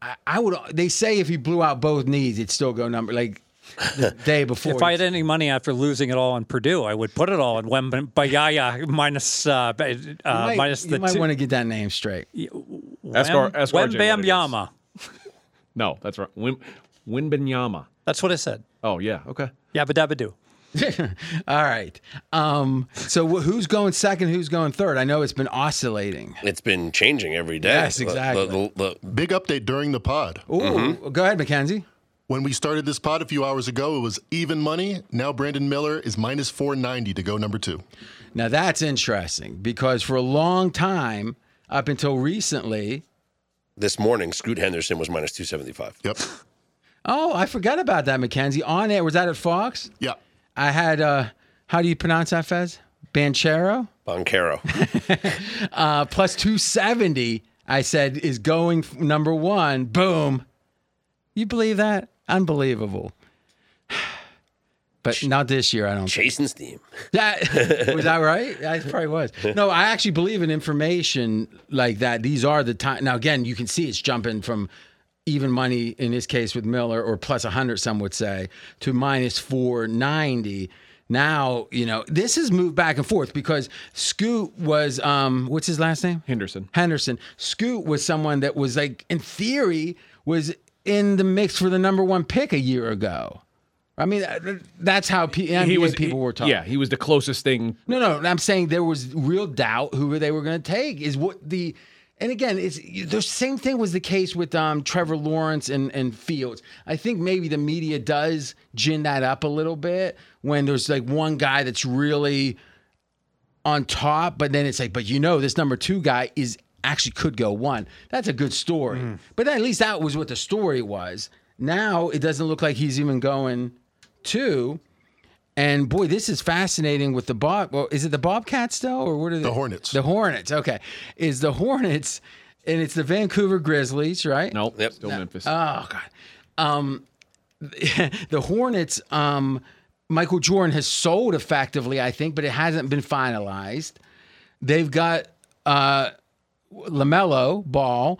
I, I would. They say if he blew out both knees, it'd still go number like
(laughs)
the day before.
If I had any money after losing it all on Purdue, I would put it all in Wembayaya minus, uh, uh,
you might,
minus the two.
want to get that name straight.
Ask our- ask RJ what it is.
Wembayama.
No, that's right. Win Winbenyama.
That's what I said.
Oh yeah. Okay.
Yabba dabba do.
(laughs) All right. Um, so wh- who's going second? Who's going third? I know it's been oscillating.
It's been changing every day.
Yes,
The-
exactly.
the- the-
Big update during the pod.
Ooh,
Mm-hmm.
go ahead, Mackenzie.
When we started this pod a few hours ago, it was even money. Now Brandon Miller is minus 490 to go number two.
Now that's interesting because for a long time, up until recently,
this morning, Scoot Henderson was minus 275.
Yep.
oh, I forgot about that, Mackenzie. On air was that at Fox?
Yeah.
I had uh, how do you pronounce that, Fez? Banchero,
Boncaro.
(laughs)
uh, plus two seventy. I said is going f- number one. Boom. You believe that? Unbelievable. (sighs) But not this year, I don't. think.
Chasing steam.
(laughs)
That was that right? I probably was. No, I actually believe in information like that. These are the time. Now again, you can see it's jumping from even money in this case with Miller or plus 100 some would say to minus 490. Now, you know, this has moved back and forth because Scoot was um what's his last name?
Henderson.
Henderson. Scoot was someone that was like in theory was in the mix for the number 1 pick a year ago. I mean, th- that's how P- NBA people
he-
were talking.
Yeah, he was the closest thing.
No, no, I'm saying there was real doubt who they were going to take is what the and again, it's the same thing was the case with um, Trevor Lawrence and, and Fields. I think maybe the media does gin that up a little bit when there's like one guy that's really on top, but then it's like, but you know, this number two guy is actually could go one. That's a good story.
Mm-hmm.
But at least that was what the story was. Now it doesn't look like he's even going two. And boy, this is fascinating with the Bob. Well, is it the Bobcats still, or what are they?
The Hornets.
The Hornets. Okay, is the Hornets, and it's the Vancouver Grizzlies, right?
Nope.
Yep.
Still Memphis.
Oh God. Um, (laughs) the Hornets. Um, Michael Jordan has sold effectively, I think, but it hasn't been finalized. They've got uh, Lamelo Ball,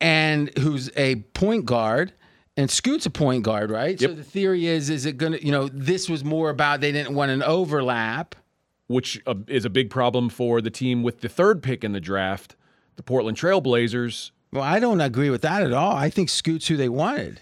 and who's a point guard, and Scoot's a point guard, right? So the theory is, is it gonna? You know, this was more about they didn't want an overlap.
which uh, is a big problem for the team with the third pick in the draft, the Portland Trailblazers.
Well, I don't agree with that at all. I think Scoot's who they wanted.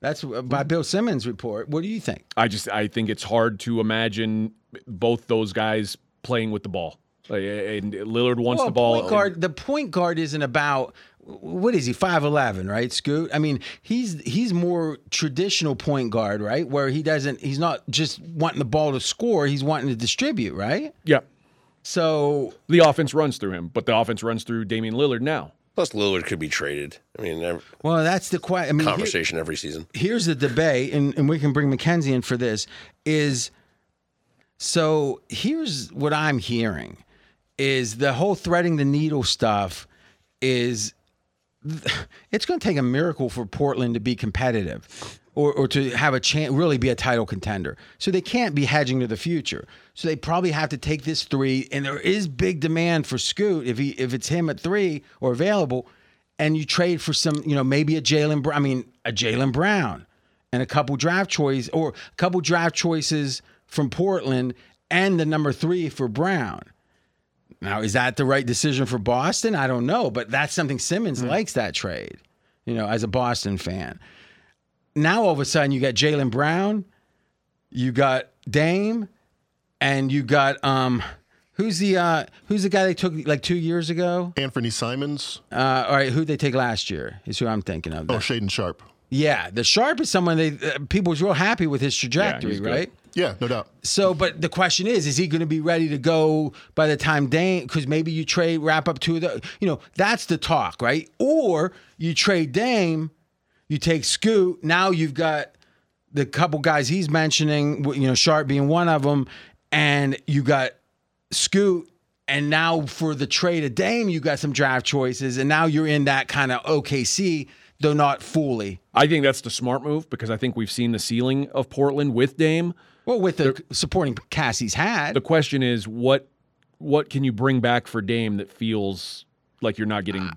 That's uh, by Bill Simmons' report. What do you think?
I just I think it's hard to imagine both those guys playing with the ball. Like, and Lillard wants
Well,
the ball.
Point guard, the point guard isn't about what is he? Five eleven, right? Scoot. I mean, he's he's more traditional point guard, right? Where he doesn't, he's not just wanting the ball to score; he's wanting to distribute, right?
Yeah.
So
The offense runs through him, but the offense runs through Damian Lillard now.
Plus, Lillard could be traded. I mean, every,
Well, that's the question. I mean, here-
conversation every season.
here's the debate, and, and we can bring McKenzie in for this. Is so here's what I'm hearing is the whole threading the needle stuff is it's going to take a miracle for Portland to be competitive or, or to have a chance, really be a title contender. So they can't be hedging to the future. So they probably have to take this three, and there is big demand for Scoot if he if it's him at three or available, and you trade for some, you know, maybe a Jalen. Br- I mean, a Jalen Brown and a couple draft choice or a couple draft choices from Portland and the number three for Brown. Now, is that the right decision for Boston? I don't know, but that's something Simmons likes that trade, you know, as a Boston fan. Now, all of a sudden, you got Jalen Brown, you got Dame, and you got, um, who's the, uh, who's the guy they took like two years ago?
Anthony Simons Oh,
Uh, all right, who they take last year is who I'm thinking of.
or Shaden Sharp.
Yeah, the Sharp is someone they, uh, people was real happy with his trajectory,
good.
right?
Yeah, no doubt.
So, but the question is, is he going to be ready to go by the time Dame? Because maybe you trade, wrap up two of the, you know, that's the talk, right? Or you trade Dame, you take Scoot. Now you've got the couple guys he's mentioning, w- you know, Sharp being one of them, and you got Scoot. And now for the trade of Dame, you got some draft choices, and now you're in that kind of OKC, though not fully.
I think that's the smart move because I think we've seen the ceiling of Portland with Dame.
Well, with the supporting cast he's had,
The question is what what can you bring back for Dame that feels like you're not getting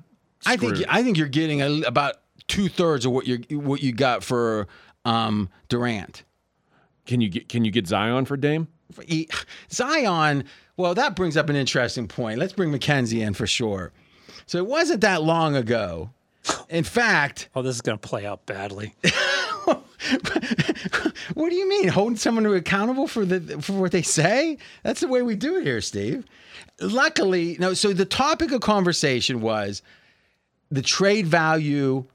I think
screwed?
I think you're getting a, about two thirds of what you what you got for um, Durant.
can you get can you get Zion for Dame?
For E- Zion. Well, that brings up an interesting point. Let's bring McKenzie in for sure. So it wasn't that long ago. In fact,
Oh, this is going to play
(laughs)
out badly.
what do you mean holding someone to accountable for the for what they say? That's the way we do it here, Steve. Luckily, no. So the topic of conversation was the trade value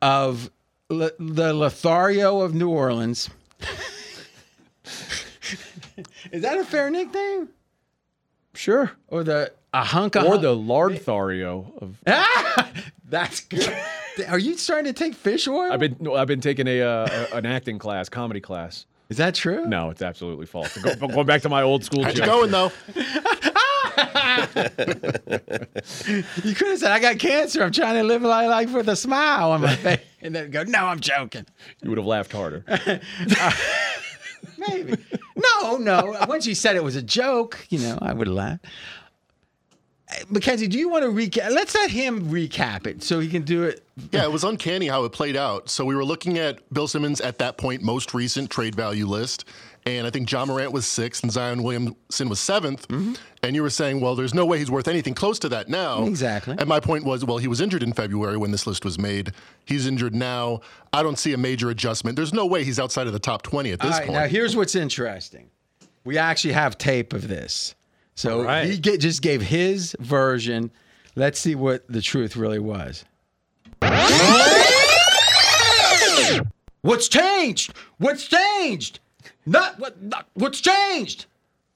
of Le- the Lothario of New Orleans. Is that a fair nickname?
Sure.
Or the a hunk of
Or
hunk-
the Lardthario of
(laughs) that's
(laughs)
good. Are you starting to take fish oil?
I've been no, I've been taking a, uh, a an acting class, comedy class.
Is that true?
No, it's absolutely false. Go, going back to my old school.
How'd you
joke.
going though?
You could have said, I got cancer. I'm trying to live my life with a smile on my face. And then go, no, I'm joking.
You would have laughed harder.
Maybe. no, no. Once you said it was a joke, you know, I would have laughed. Hey, Mackenzie, do you want to recap? Let's let him recap it so he can do it.
Yeah, it was uncanny how it played out. So we were looking at Bill Simmons at that point, most recent trade value list. And I think John Morant was sixth and Zion Williamson was 7th
Mm-hmm.
And you were saying, well, there's no way he's worth anything close to that now.
Exactly.
And my point was, well, he was injured in February when this list was made. He's injured now. I don't see a major adjustment. There's no way he's outside of the top 20 at
All
this
right,
point.
now here's what's interesting. We actually have tape of this. So
right.
he get, just gave his version. Let's see what the truth really was. What's changed? What's changed? Not what not, what's changed?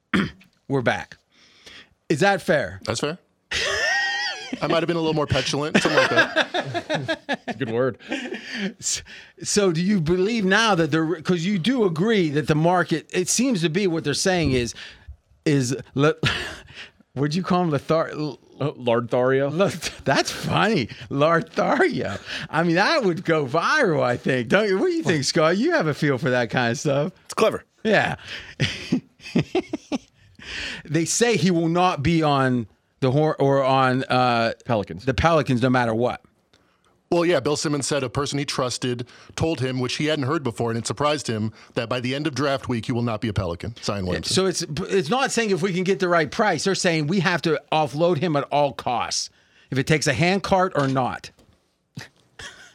(clears throat) We're back. Is that fair?
That's
(laughs)
fair. I might have been a little more petulant, something like that.
Good word.
So do you believe now that they're because you do agree that the market it seems to be what they're saying is is le, (laughs) would you call him lethar
Uh,
(laughs)
Lardthario.
Look, that's funny. Larthario. I mean, that would go viral, I think. Don't you? What do you think, Scott? You have a feel for that kind of stuff.
It's clever.
Yeah. (laughs) they say he will not be on the horn or on uh,
Pelicans.
the Pelicans no matter what.
Well, yeah, Bill Simmons said a person he trusted told him, which he hadn't heard before, and it surprised him that by the end of draft week, he will not be a Pelican. Zion Williamson.
So it's it's not saying if we can get the right price. They're saying we have to offload him at all costs, if it takes a hand cart or not.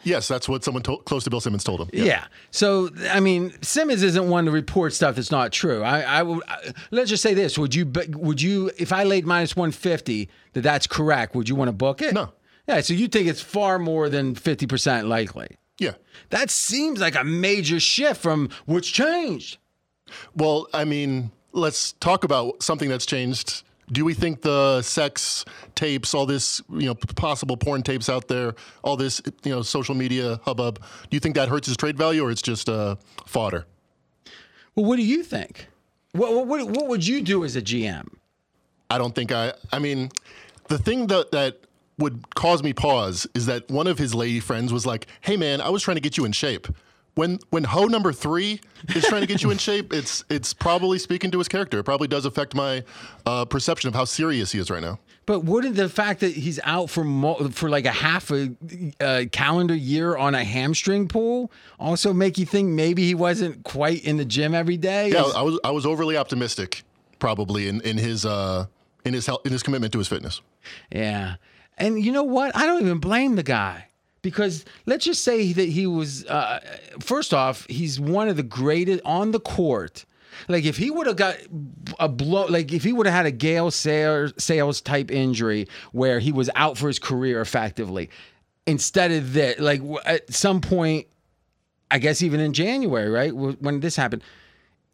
yes, that's what someone to- close to Bill Simmons told him.
Yeah. So I mean, Simmons isn't one to report stuff that's not true. I, I would I, let's just say this: Would you? bet- Would you? If I laid minus one fifty that that's correct, would you want to book it?
No.
Yeah, so you think it's far more than 50% likely.
Yeah.
That seems like a major shift from what's changed.
Well, I mean, let's talk about something that's changed. Do we think the sex tapes, all this, you know, p- possible porn tapes out there, all this, you know, social media hubbub, do you think that hurts his trade value or it's just uh, fodder?
Well, what do you think? What, what, what would you do as a GM?
I don't think I. I mean, the thing that that would cause me pause is that one of his lady friends was like, "Hey, man, I was trying to get you in shape." When when hoe number three is trying to get you in shape, (laughs) it's it's probably speaking to his character. It probably does affect my uh, perception of how serious he is right now.
But wouldn't the fact that he's out for mo- for like a half a uh, calendar year on a hamstring pull also make you think maybe he wasn't quite in the gym every day?
Yeah, I was I was overly optimistic, probably in in his uh, in his health, in his commitment to his fitness.
Yeah. And you know what? I don't even blame the guy because let's just say that he was, uh, first off, he's one of the greatest on the court. Like if he would have got a blow, like if he would have had a Gale Sayers, Sales type injury where he was out for his career effectively, instead of that, like w- at some point, I guess even in January, right, w- when this happened,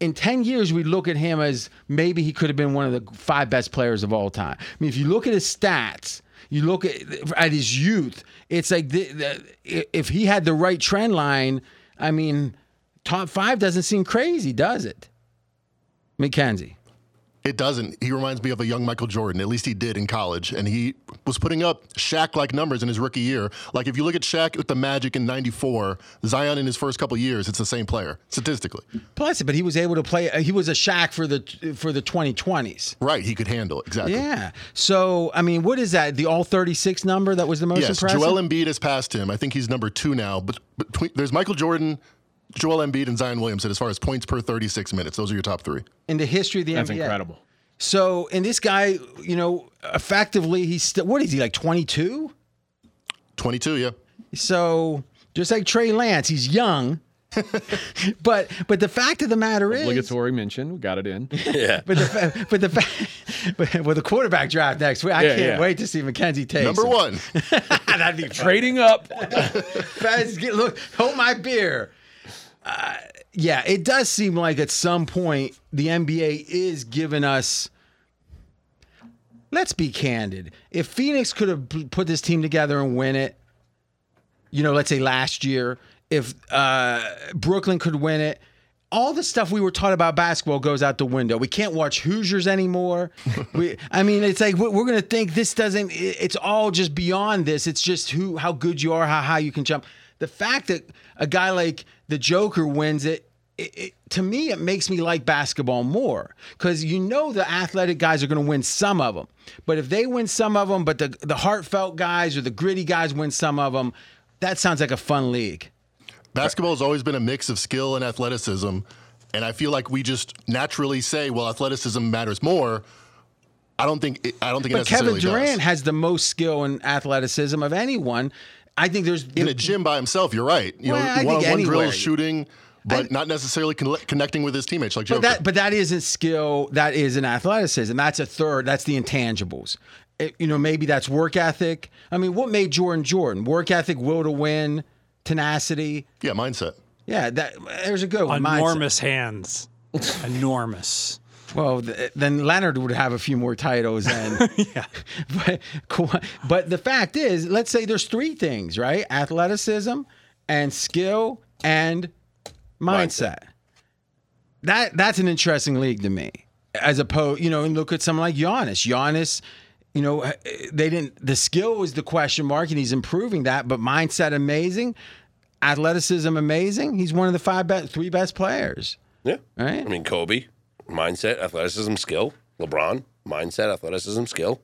in 10 years, we look at him as maybe he could have been one of the five best players of all time. I mean, if you look at his stats, you look at, at his youth, it's like the, the, if he had the right trend line, I mean, top five doesn't seem crazy, does it? McKenzie.
It doesn't. He reminds me of a young Michael Jordan. At least he did in college, and he was putting up Shaq-like numbers in his rookie year. Like if you look at Shaq with the Magic in '94, Zion in his first couple years, it's the same player statistically.
Plus, but he was able to play, uh, he was a Shaq for the, for the 2020s.
Right? He could handle it exactly.
Yeah. So, I mean, what is that? The all 36 number that was the most
Yes,
impressive?
Joel Embiid has passed him. I think he's number two now. But between there's Michael Jordan, Joel Embiid, and Zion Williamson as far as points per 36 minutes. Those are your top three.
in the history of the
That's
NBA.
incredible.
So, and this guy, you know, effectively, he's still, what is he, like 22?
22, yeah.
So, just like Trey Lance, he's young. (laughs) but but the fact of the matter is,
Obligatory mention. We got
(laughs)
it in.
but the fa- but the fact, (laughs) but with the quarterback draft next week, I
Yeah,
can't
yeah.
wait to see Mackenzie take
Number one.
(laughs) That'd
(laughs)
be
Trading up.
Fez, get, look, hold my beer. Uh, yeah, it does seem like at some point the NBA is giving us. Let's be candid. If Phoenix could have p- put this team together and win it, you know, let's say last year, if uh, Brooklyn could win it, all the stuff we were taught about basketball goes out the window. We can't watch Hoosiers anymore. we, I mean, it's like we're, we're going to think this doesn't. it- It's all just beyond this. It's just who, how good you are, how high you can jump. The fact that a guy like the Joker wins it it, it, to me, it makes me like basketball more because you know the athletic guys are going to win some of them. But if they win some of them, but the, the heartfelt guys or the gritty guys win some of them, that sounds like a fun league.
Basketball has always been a mix of skill and athleticism, and I feel like we just naturally say, "Well, athleticism matters more." I don't think it, I don't think it
But Kevin
necessarily
Durant
does.
has the most skill and athleticism of anyone. I think there's
in a gym by himself. You're right. You
Well, I
know,
think
one-on-one
anywhere.
drills, shooting, but
I-
not necessarily con- connecting with his teammates like Joker.
But that, but that isn't skill. That isn't athleticism. That's a third. That's the intangibles. It- you know, maybe that's work ethic. I mean, what made Jordan Jordan? Work ethic, will to win, tenacity.
yeah, mindset.
Yeah, that there's a good one. mindset.
Enormous
(laughs)
hands. Enormous.
Well, th- then Leonard would have a few more titles, and (laughs) yeah. But Kawhi- but the fact is, let's say there's three things, right? Athleticism, and skill, and mindset. That that's an interesting league to me. As opposed, you know, and look at someone like Giannis. Giannis, you know, eh, they didn't. The skill was the question mark, and he's improving that. But mindset, amazing. Athleticism, amazing. He's one of the five best, three best players.
Yeah.
Right.
I mean, Kobe, mindset, athleticism, skill. LeBron, mindset, athleticism, skill.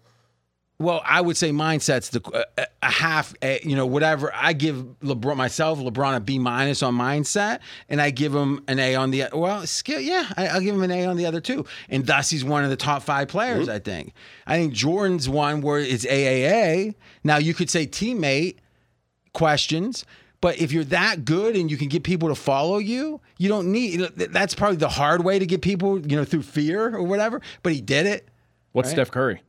Well, I would say mindset's the a, a half, a, you know, whatever. I give LeBron myself LeBron a B minus on mindset, and I give him an A on the well skill. Yeah, I, I'll give him an A on the other two, and thus he's one of the top five players. I think. I think Jordan's one where it's AAA. Now you could say teammate questions. But if you're that good and you can get people to follow you, you don't need. That's probably the hard way to get people, you know, through fear or whatever. But he did it.
What's Steph Curry?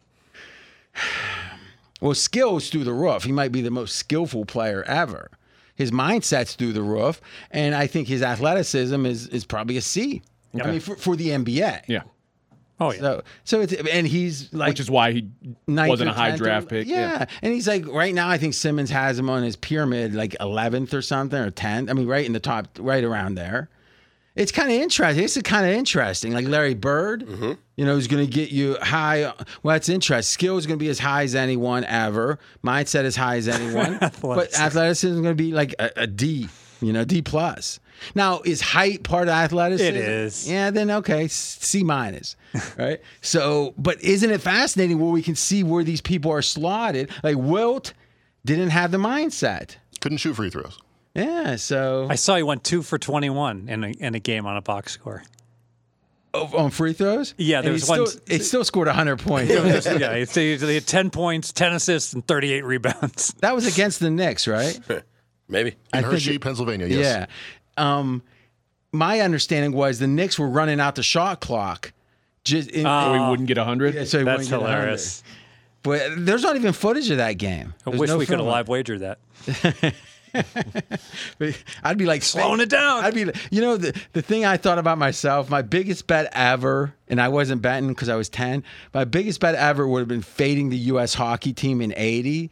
Well, skills through the roof. He might be the most skillful player ever. His mindset's through the roof, and I think his athleticism is is probably a C. I mean, for, for the NBA.
Yeah.
Oh yeah.
So, so it's and he's like
Which is why he
ninth
wasn't
or
a high
10th or-
draft pick.
Yeah. and he's like right now. I think Simmons has him on his pyramid, like eleventh or something, or tenth. I mean, right in the top, right around there. It's kind of interesting. This is kind of interesting. Like Larry Bird, you know, is going to get you high. Well, that's interesting. Skill is going to be as high as anyone ever. Mindset as high as anyone. but athleticism is going to be like a, a D. You know, D plus. Now, is height part of athleticism?
It is.
Yeah, then okay, s- C minus, (laughs) right? So, but isn't it fascinating where we can see where these people are slotted? Like Wilt didn't have the mindset.
Couldn't shoot free throws.
Yeah, so
I saw he went two for twenty-one in a, in a game on a
(laughs)
box score.
o- on free throws,
Yeah,
And
there
he
was one-
Still, it still scored hundred points.
(laughs) yeah, it's- they they had ten points, ten assists, and thirty-eight rebounds.
that was against the Knicks, right?
Maybe.
In
think
Hershey,
it-
Pennsylvania, yes.
Yeah. Um, my understanding was the Knicks were running out the shot clock. Just in,
So he wouldn't get 100.
so he
Ah. That's
wouldn't get 100.
hilarious.
But there's not even footage of that game.
I
There's
wish
no
we could have
film.
live wagered that.
(laughs) I'd be like
Slowing it down.
I'd be, you know, the the thing I thought about myself, my biggest bet ever, and I wasn't betting because I was ten. My biggest bet ever would have been fading the U.S. hockey team in '80,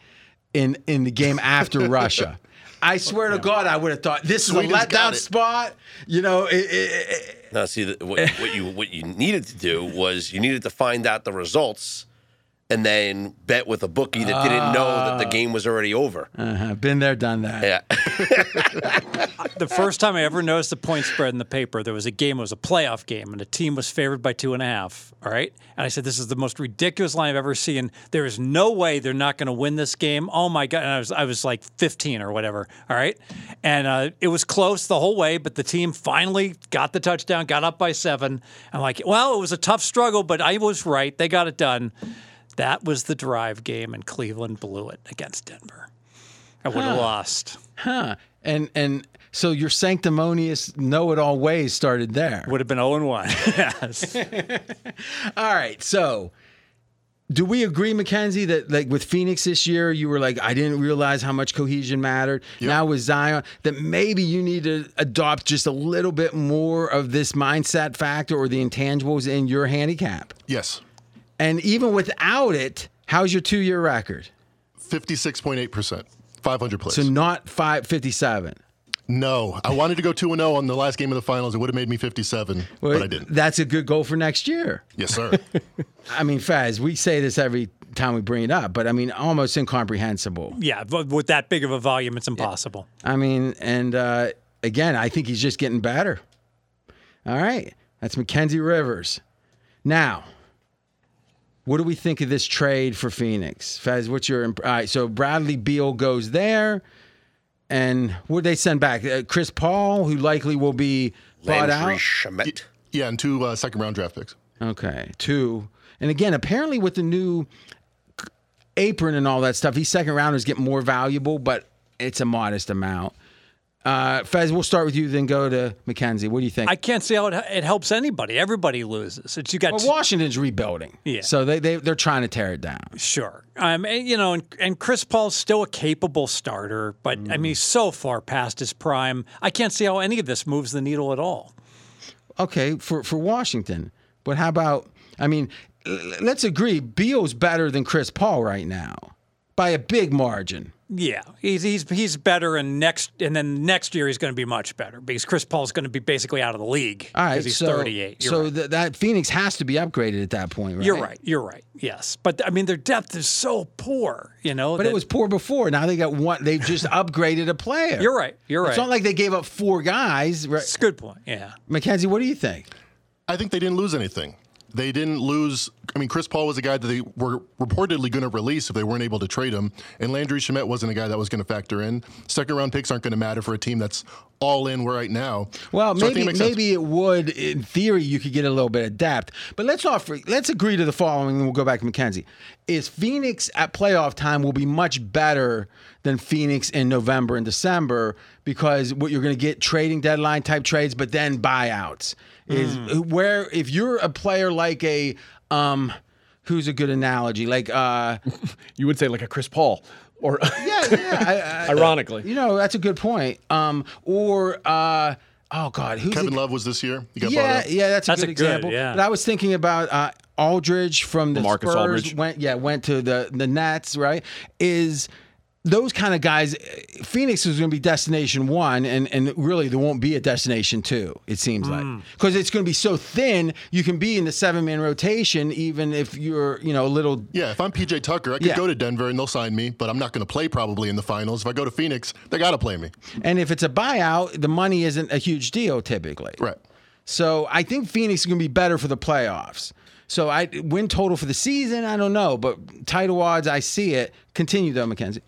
in in the game after
(laughs)
Russia. I swear to God, I would have thought this is a
Sweden's got
letdown
it.
spot. You know, it, it, it-
Now, see,
(laughs)
the, what, what you what you needed to do was you needed to find out the results, and then bet with a bookie that didn't know that
Ah.
the game was already over.
uh-huh, been there, done that.
Yeah,
The first time I ever noticed the point spread in the paper, there was a game, it was a playoff game, and the team was favored by two and a half. All right. And I said, This is the most ridiculous line I've ever seen. There is no way they're not going to win this game. Oh my God. And I was, I was like 15 or whatever. All right. And uh, it was close the whole way, but the team finally got the touchdown, got up by seven. I'm like, Well, it was a tough struggle, but I was right. They got it done. That was the drive game, and Cleveland blew it against Denver. I would have lost.
Huh. And and so your sanctimonious know-it-all ways started there.
Would have been 0 and 1. (laughs) yes.
All right, so do we agree, Mackenzie, that like with Phoenix this year, you were like, I didn't realize how much cohesion mattered. Now with Zion, that maybe you need to adopt just a little bit more of this mindset factor or the intangibles in your handicap.
Yes.
And even without it, how's your two-year record?
56.8%. 500 plays.
So not five fifty-seven.
no, I wanted to go 2 0 on the last game of the finals. It would have made me 57, but I didn't.
That's a good goal for next year.
Yes,
(laughs)
sir.
I mean, Faz, we say this every time we bring it up, but I mean, almost incomprehensible.
Yeah, but with that big of a volume, it's impossible.
I mean, and uh, again, I think he's just getting better. All right. That's Mackenzie Rivers. Now, what do we think of this trade for Phoenix? Fez, what's your. Imp- All right. So Bradley Beal goes there. And what they send back? Uh, Chris Paul, who likely will be bought
Landry
out.
Shamet.
yeah, and two uh, second round draft picks.
Okay. Two. And again, apparently with the new c- apron and all that stuff, these second rounders get more valuable, but it's a modest amount. Uh, Fez, we'll start with you, then go to McKenzie. What do you think?
I can't see how it, it helps anybody. Everybody loses. It's you got
well,
two-
Washington's rebuilding.
Yeah.
So they, they, they're trying to tear it down.
sure. Um, and, you know, and, and Chris Paul's still a capable starter, but I mean, he's so far past his prime. I can't see how any of this moves the needle at all.
Okay, for, for Washington. But how about, I mean, l- l- let's agree, Beal's better than Chris Paul right now by a big margin.
Yeah, he's he's he's better, and next and then next year he's going to be much better because Chris Paul's going to be basically out of the league
All right.
because he's
so,
38. You're
so
right.
th- that Phoenix has to be upgraded at that point, right?
You're right. You're right. Yes, but I mean their depth is so poor. You know,
But it was poor before. Now they got one. They've
(laughs)
just upgraded a player.
You're right. You're
It's
right.
not like they gave up four guys. Right?
It's a good point. Yeah.
Mackenzie, what do you think?
I think they didn't lose anything. They didn't lose. I mean, Chris Paul was a guy that they were reportedly going to release if they weren't able to trade him, and Landry Shamet wasn't a guy that was going to factor in. Second round picks aren't going to matter for a team that's all in right now.
Well,
So I think
maybe
it makes sense.
maybe it would. In theory, you could get a little bit of depth. But let's not. for- Let's agree to the following, and we'll go back to Mackenzie. Is Phoenix at playoff time will be much better than Phoenix in November and December because what you're going to get trading deadline type trades, but
Hmm.
then buyouts is where if you're a player like a um, who's a good analogy? Like, uh,
You would say like a Chris Paul, or
(laughs) yeah, yeah. I- I-
(laughs) ironically,
You know, that's a good point. Um, or uh, oh god, who's
Kevin
the,
Love was this year. He got
Yeah,
bought out.
yeah, that's a
That's
good
a good,
example.
yeah.
But I was thinking about uh, Aldridge from the
Lamarcus
Spurs.
Aldridge.
Went yeah, went to the the Nets. Right? Is those kind of guys? Phoenix is going to be destination one, and and really there won't be a destination two. It seems
Hmm.
like because it's going to be so thin. You can be in the seven man rotation, even if you're you know a little
Yeah, if I'm PJ Tucker, I could
Yeah.
go to Denver and they'll sign me, but I'm not going to play probably in the finals. If I go to Phoenix, they got to play me.
And if it's a buyout, the money isn't a huge deal typically.
Right.
So I think Phoenix is going to be better for the playoffs. So I win total for the season. I don't know, but title odds I see it. Continue though, Mackenzie.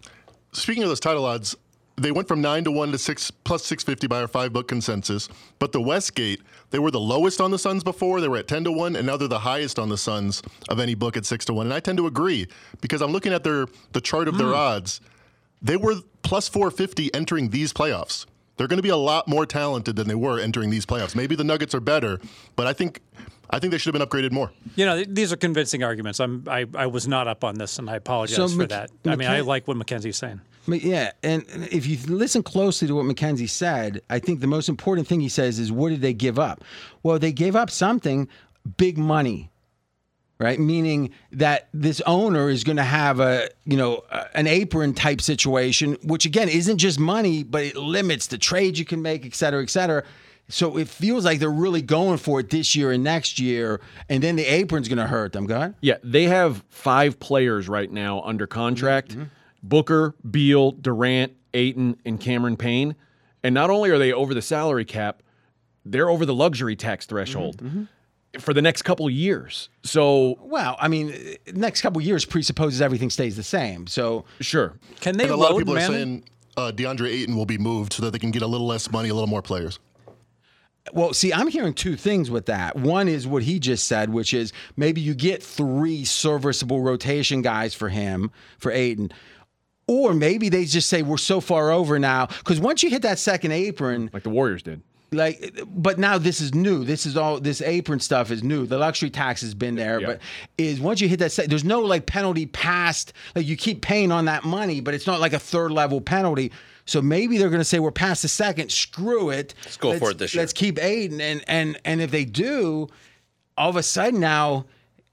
Speaking of those title odds, they went from nine to one to six plus six fifty by our five book consensus. But the Westgate, they were the lowest on the Suns before. They were at ten to one, and now they're the highest on the Suns of any book at six to one. And I tend to agree because I'm looking at their the chart of their odds. They were plus four fifty entering these playoffs. They're going to be a lot more talented than they were entering these playoffs. Maybe the Nuggets are better, but I think I think they should have been upgraded more.
You know, th- these are convincing arguments. I'm, I, I was not up on this, and I apologize
So
for
Mc-
that. I mean, I
McKen-
like what Mackenzie's saying.
Ma- Yeah, and if you listen closely to what Mackenzie said, I think the most important thing he says is, "What did they give up?" Well, they gave up something, big money, right? Meaning that this owner is going to have a you know a- an apron type situation, which again isn't just money, but it limits the trade you can make, et cetera, et cetera. So it feels like they're really going for it this year and next year, and then the apron's going to hurt them. Go ahead.
yeah, they have five players right now under contract: Booker, Beal, Durant, Aiton, and Cameron Payne. And not only are they over the salary cap, they're over the luxury tax threshold for the next couple years. So
Well, I mean, next couple years presupposes everything stays the same. So
sure,
Can they
And a
load
lot of people
manage-
are saying uh, DeAndre Ayton will be moved so that they can get a little less money, a little more players.
Well, see, I'm hearing two things with that. One is what he just said, which is maybe you get three serviceable rotation guys for him, for Aiden. Or maybe they just say we're so far over now because once you hit that second apron,
like the Warriors did.
like, but now this is new. This is all this apron stuff is new. The luxury tax has been there,
Yeah.
but is once you hit that, se- there's no like penalty past. Like you keep paying on that money, but it's not like a third level penalty. So maybe they're going to say we're past the second. Screw it. Let's
go for it this year.
Let's keep Aiden, and and and if they do, all of a sudden now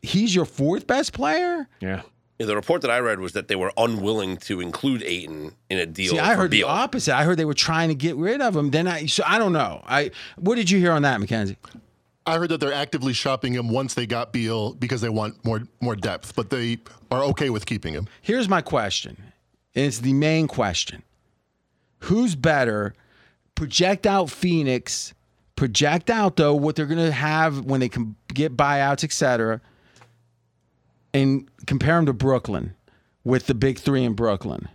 he's your fourth best player.
Yeah,
Yeah, the report that I read was that they were unwilling to include Aiton in a deal.
See, I
for
heard the
Beal.
opposite. I heard they were trying to get rid of him. Then I so I don't know. I what did you hear on that, Mackenzie?
I heard that they're actively shopping him once they got Beal because they want more more depth, but they are okay with keeping him.
Here's my question. And it's the main question. Who's better? Project out Phoenix, project out though what they're going to have when they can get buyouts, etc. and compare them to Brooklyn with the big 3 in Brooklyn.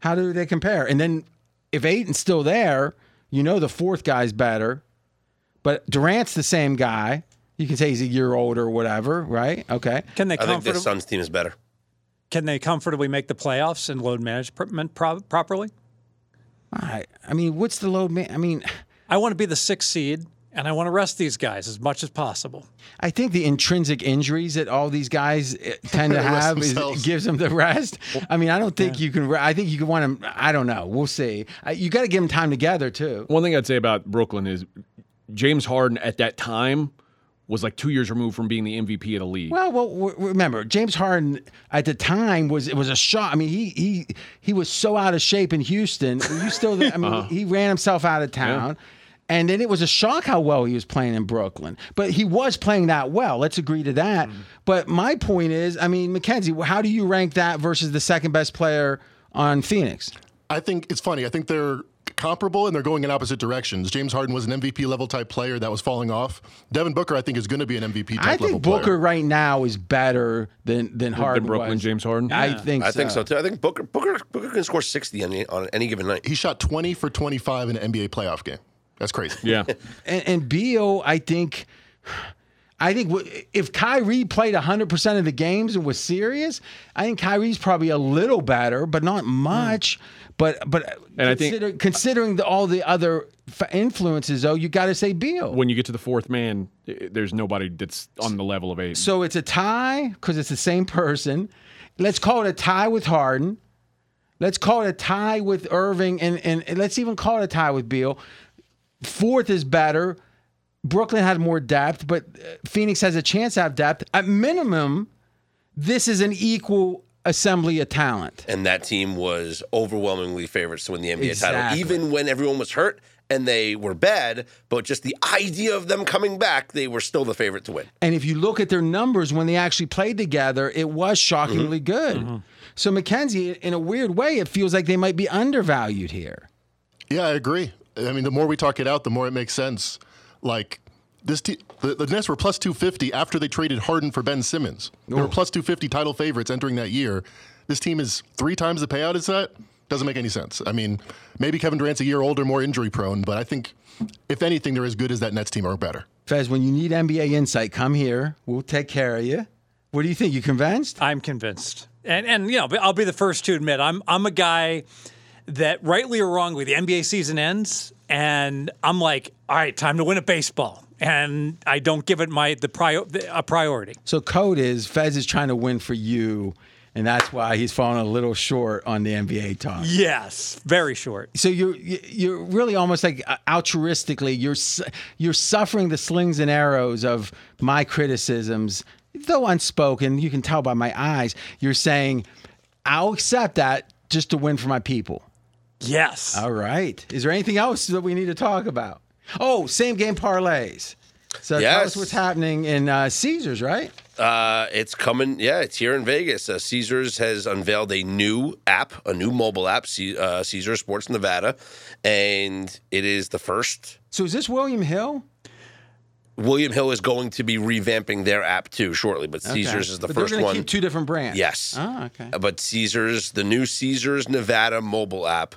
How do they compare? And then if Aiton's still there, you know the fourth guy's better. But Durant's the same guy. You can say he's a year older or whatever, right? Okay.
Can they
I think this
comfortably
Suns team is better.
can they comfortably make the playoffs and load management pro- properly?
I, I mean, what's the load man? I mean, (sighs)
I want to be the sixth seed, and I want to rest these guys as much as possible.
I think the intrinsic injuries that all these guys eh, tend to
(laughs) Rest
have is,
themselves.
gives them the rest. I mean, I don't think you can. re- I think you can want them. I don't know. We'll see. I, you got to give them time together too.
One thing I'd say about Brooklyn is James Harden at that time was like two years removed from being the MVP of the league.
Well, well, w- remember James Harden at the time was it was a shock. I mean, he he he was so out of shape in Houston. Were you still? There? I mean, he ran himself out of town. And then it was a shock how well he was playing in Brooklyn. But he was playing that well. Let's agree to that. But my point is, I mean, Mackenzie, how do you rank that versus the second best player on Phoenix?
I think it's funny. I think they're comparable and they're going in opposite directions. James Harden was an MVP level type player that was falling off. Devin Booker, I think, is going to be an MVP type
I
level
think Booker
player.
right now is better than than Harden.
than Brooklyn
was.
James Harden.
I think.
I think so too. I think Booker Booker Booker can score sixty on any, on any given night.
He shot 20 for 25 in an NBA playoff game. That's crazy.
(laughs)
yeah,
and, and Beal, I think, I think w- if Kyrie played 100% of the games and was serious, I think Kyrie's probably a little better, but not much. But but
Hmm. And I think-
consider, considering the, all the other f- influences, though, you got to say Beal.
When you get to the fourth man, i- there's nobody that's on the level of Aiden.
So it's a tie because it's the same person. Let's call it a tie with Harden. Let's call it a tie with Irving, and, and, and let's even call it a tie with Beal. Fourth is better. Brooklyn had more depth, but uh, Phoenix has a chance to have depth. At minimum, this is an equal assembly of talent.
and that team was overwhelmingly favorites to win the NBA title,
Exactly.
even when everyone was hurt and they were bad. But just the idea of them coming back, they were still the favorite to win.
And if you look at their numbers when they actually played together, it was shockingly good. So McKenzie, in a weird way, it feels like they might be undervalued here.
Yeah, I agree. I mean, the more we talk it out, the more it makes sense. Like this, te- the, the Nets were plus two fifty after they traded Harden for Ben Simmons. They were plus two fifty title favorites entering that year. This team is three times the payout. Is that doesn't make any sense? I mean, maybe Kevin Durant's a year older, more injury prone, but I think if anything, they're as good as that Nets team or better.
Fez, when you need NBA insight, come here. We'll take care of you. What do you think? You convinced?
I'm convinced. And and you know, I'll be the first to admit I'm I'm a guy that rightly or wrongly the NBA season ends and I'm like, all right, time to win at baseball. And I don't give it my the prior the, a priority.
So code is Fez is trying to win for you, and that's why he's falling a little short on the NBA talk.
Yes, very short.
So you're you're really almost like uh, altruistically you're su- you're suffering the slings and arrows of my criticisms, though unspoken. You can tell by my eyes. You're saying, "I'll accept that just to win for my people."
Yes.
All right. Is there anything else that we need to talk about? Oh, same game parlays. So tell us
Yes.
what's happening in uh, Caesars, right?
Uh, it's coming. Yeah, it's here in Vegas. Uh, Caesars has unveiled a new app, a new mobile app, C- uh, Caesars Sports Nevada, and it is the first.
So is this William Hill?
William Hill is going to be revamping their app too shortly, but
Okay.
Caesars is the
but
first
they're gonna
one.
Keep two different brands.
Yes.
Oh, okay.
Uh, But Caesars, the new Caesars Nevada mobile app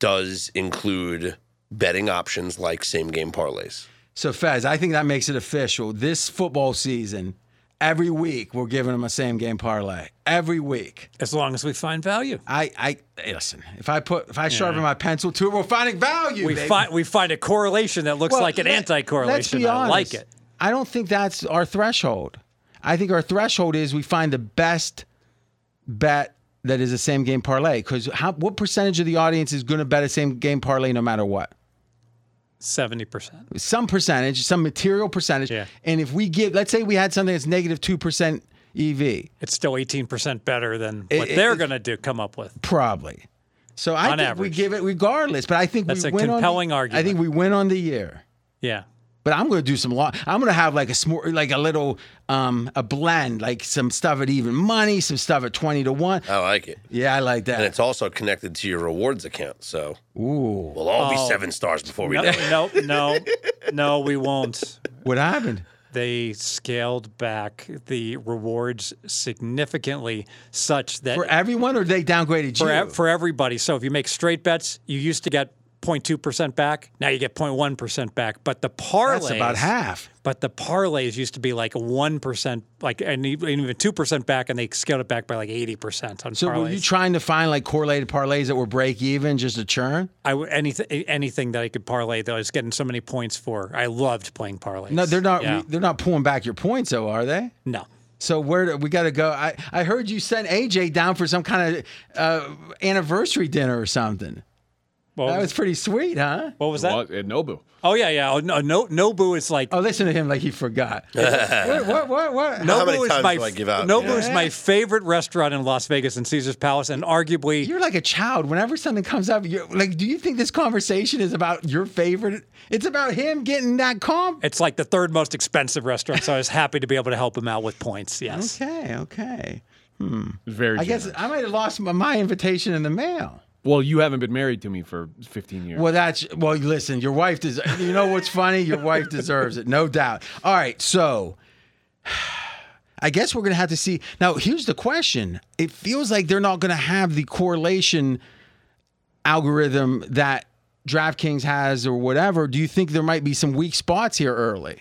does include betting options like same game parlays.
So Fez, I think that makes it official. This football season, every week we're giving them a same game parlay. Every week.
As long as we find value.
I, I hey, listen. If I put, if I sharpen my pencil to it, we're finding value.
We
baby.
find we find a correlation that looks
Well,
like an
let- let's
anti-correlation.
be
I like
honest.
it.
I don't think that's our threshold. I think our threshold is we find the best bet that is a same game parlay. Because how what percentage of the audience is going to bet a same game parlay no matter what?
70%.
Some percentage, some material percentage.
Yeah.
And if we give, let's say we had something that's negative two percent E EV,
It's still 18% better than
It-
what
it-
they're
it-
going to do come up with.
probably. So I think
On
we
average.
give it regardless. But I think
That's
we
a
win on
compelling
the,
argument.
I think we win on the year.
Yeah.
But I'm gonna do some law. I'm gonna have like a smor- like a little um a blend, like some stuff at even money, some stuff at twenty to one.
Uh,
I like it.
Yeah, I like
And
that.
it's also connected to your rewards account. So
Ooh,
we'll all be seven stars before we know
No,
it.
(laughs)
no, no, no, we won't.
what happened?
They scaled back the rewards significantly, such that
For everyone, or they downgraded
for,
you?
ev- for everybody. So if you make straight bets, you used to get 0.2% back. Now you get 0.1% back. But the parlays,
That's about half.
But the parlays used to be like one percent, like and e- and even two percent back, and they scaled it back by like eighty percent on
So
parlays.
were you trying to find like correlated parlays that were break even, just to churn?
I w- anything anything that I could parlay that I was getting so many points for. I loved playing parlays.
No, they're not.
Yeah.
They're not pulling back your points, though, are they?
no.
So where do, we got to go? I I heard you sent AJ down for some kind of uh, anniversary dinner or something.
Well,
That was pretty sweet, huh?
what was that?
Well, at Nobu.
Oh yeah, yeah. Oh, no, no, Nobu is like
Oh, listen to him like he
(laughs)
forgot. what, what, what, what?
How many
Nobu is
times
my
do I give out?
Nobu
Yeah.
is my favorite restaurant in Las Vegas and Caesar's Palace, and arguably
You're like a child. Whenever something comes up, you're like, do you think this conversation is about your favorite? It's about him getting that comp.
it's like the third most expensive restaurant. So I was happy to be able to help him out with points. Yes.
Okay, okay.
Very
I guess
generous.
I might have lost my, my invitation in the mail.
Well, you haven't been married to me for 15 years.
Well, that's well. Listen, your wife does. You know what's funny? Your wife deserves it, no doubt. All right, so I guess we're gonna have to see. Now, here's the question: It feels like they're not gonna have the correlation algorithm that DraftKings has, or whatever. Do you think there might be some weak spots here early?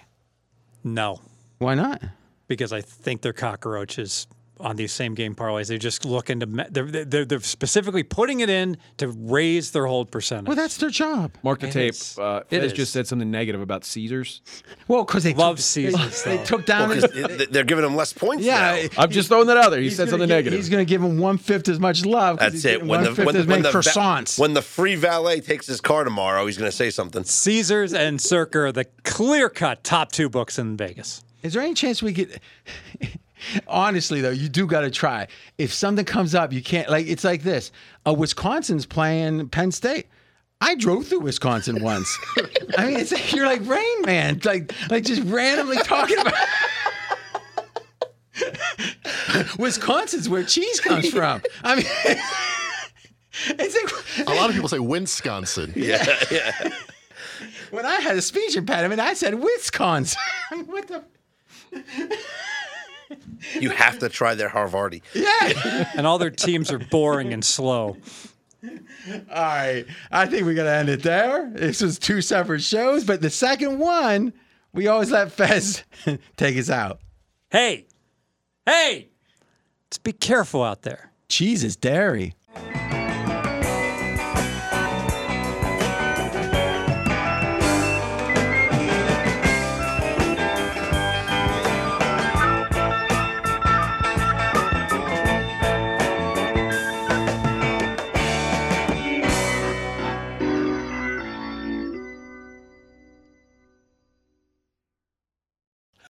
No,
Why not?
because I think they're cockroaches. on these same game parlays. They're just looking to ma- they're, they're they're specifically putting it in to raise their hold percentage.
Well, that's their job.
Mark the
It
tape.
is.
Uh,
It
Fez
is.
just said something negative about Caesars.
Well, because they
Love
took,
Caesars,
They,
though.
they took down. (laughs)
Because th- they're giving them less points.
yeah,
now.
I'm just throwing that out there. He
he's
said
gonna
something
gi-
negative.
He's going to give them one fifth as much love. 'cause
That's
he's
it.
getting
When the
one-fifth
when, the-
as many
when the va-
croissants.
when the free valet takes his car tomorrow, he's going to say something.
Caesars and Circa are the clear cut top two books in Vegas.
Is there any chance we could? (laughs) Honestly, though, you do got to try. If something comes up, you can't. Like it's like this: uh, Wisconsin's playing Penn State. I drove through Wisconsin once. I mean, it's like, you're like Rain Man, like like just randomly talking about. (laughs) Wisconsin's where cheese comes from. I mean, (laughs) it's like
A lot of people say Wisconsin. Yeah.
when I had a speech impediment, I said Wisconsin. (laughs) what the?
You have to try their Harvardi.
Yeah.
And all their teams are boring and slow.
All right. I think we're going to end it there. This was two separate shows, but the second one, we always let Fez (laughs) take us out.
Hey, hey, let's be careful out there.
Cheese is dairy.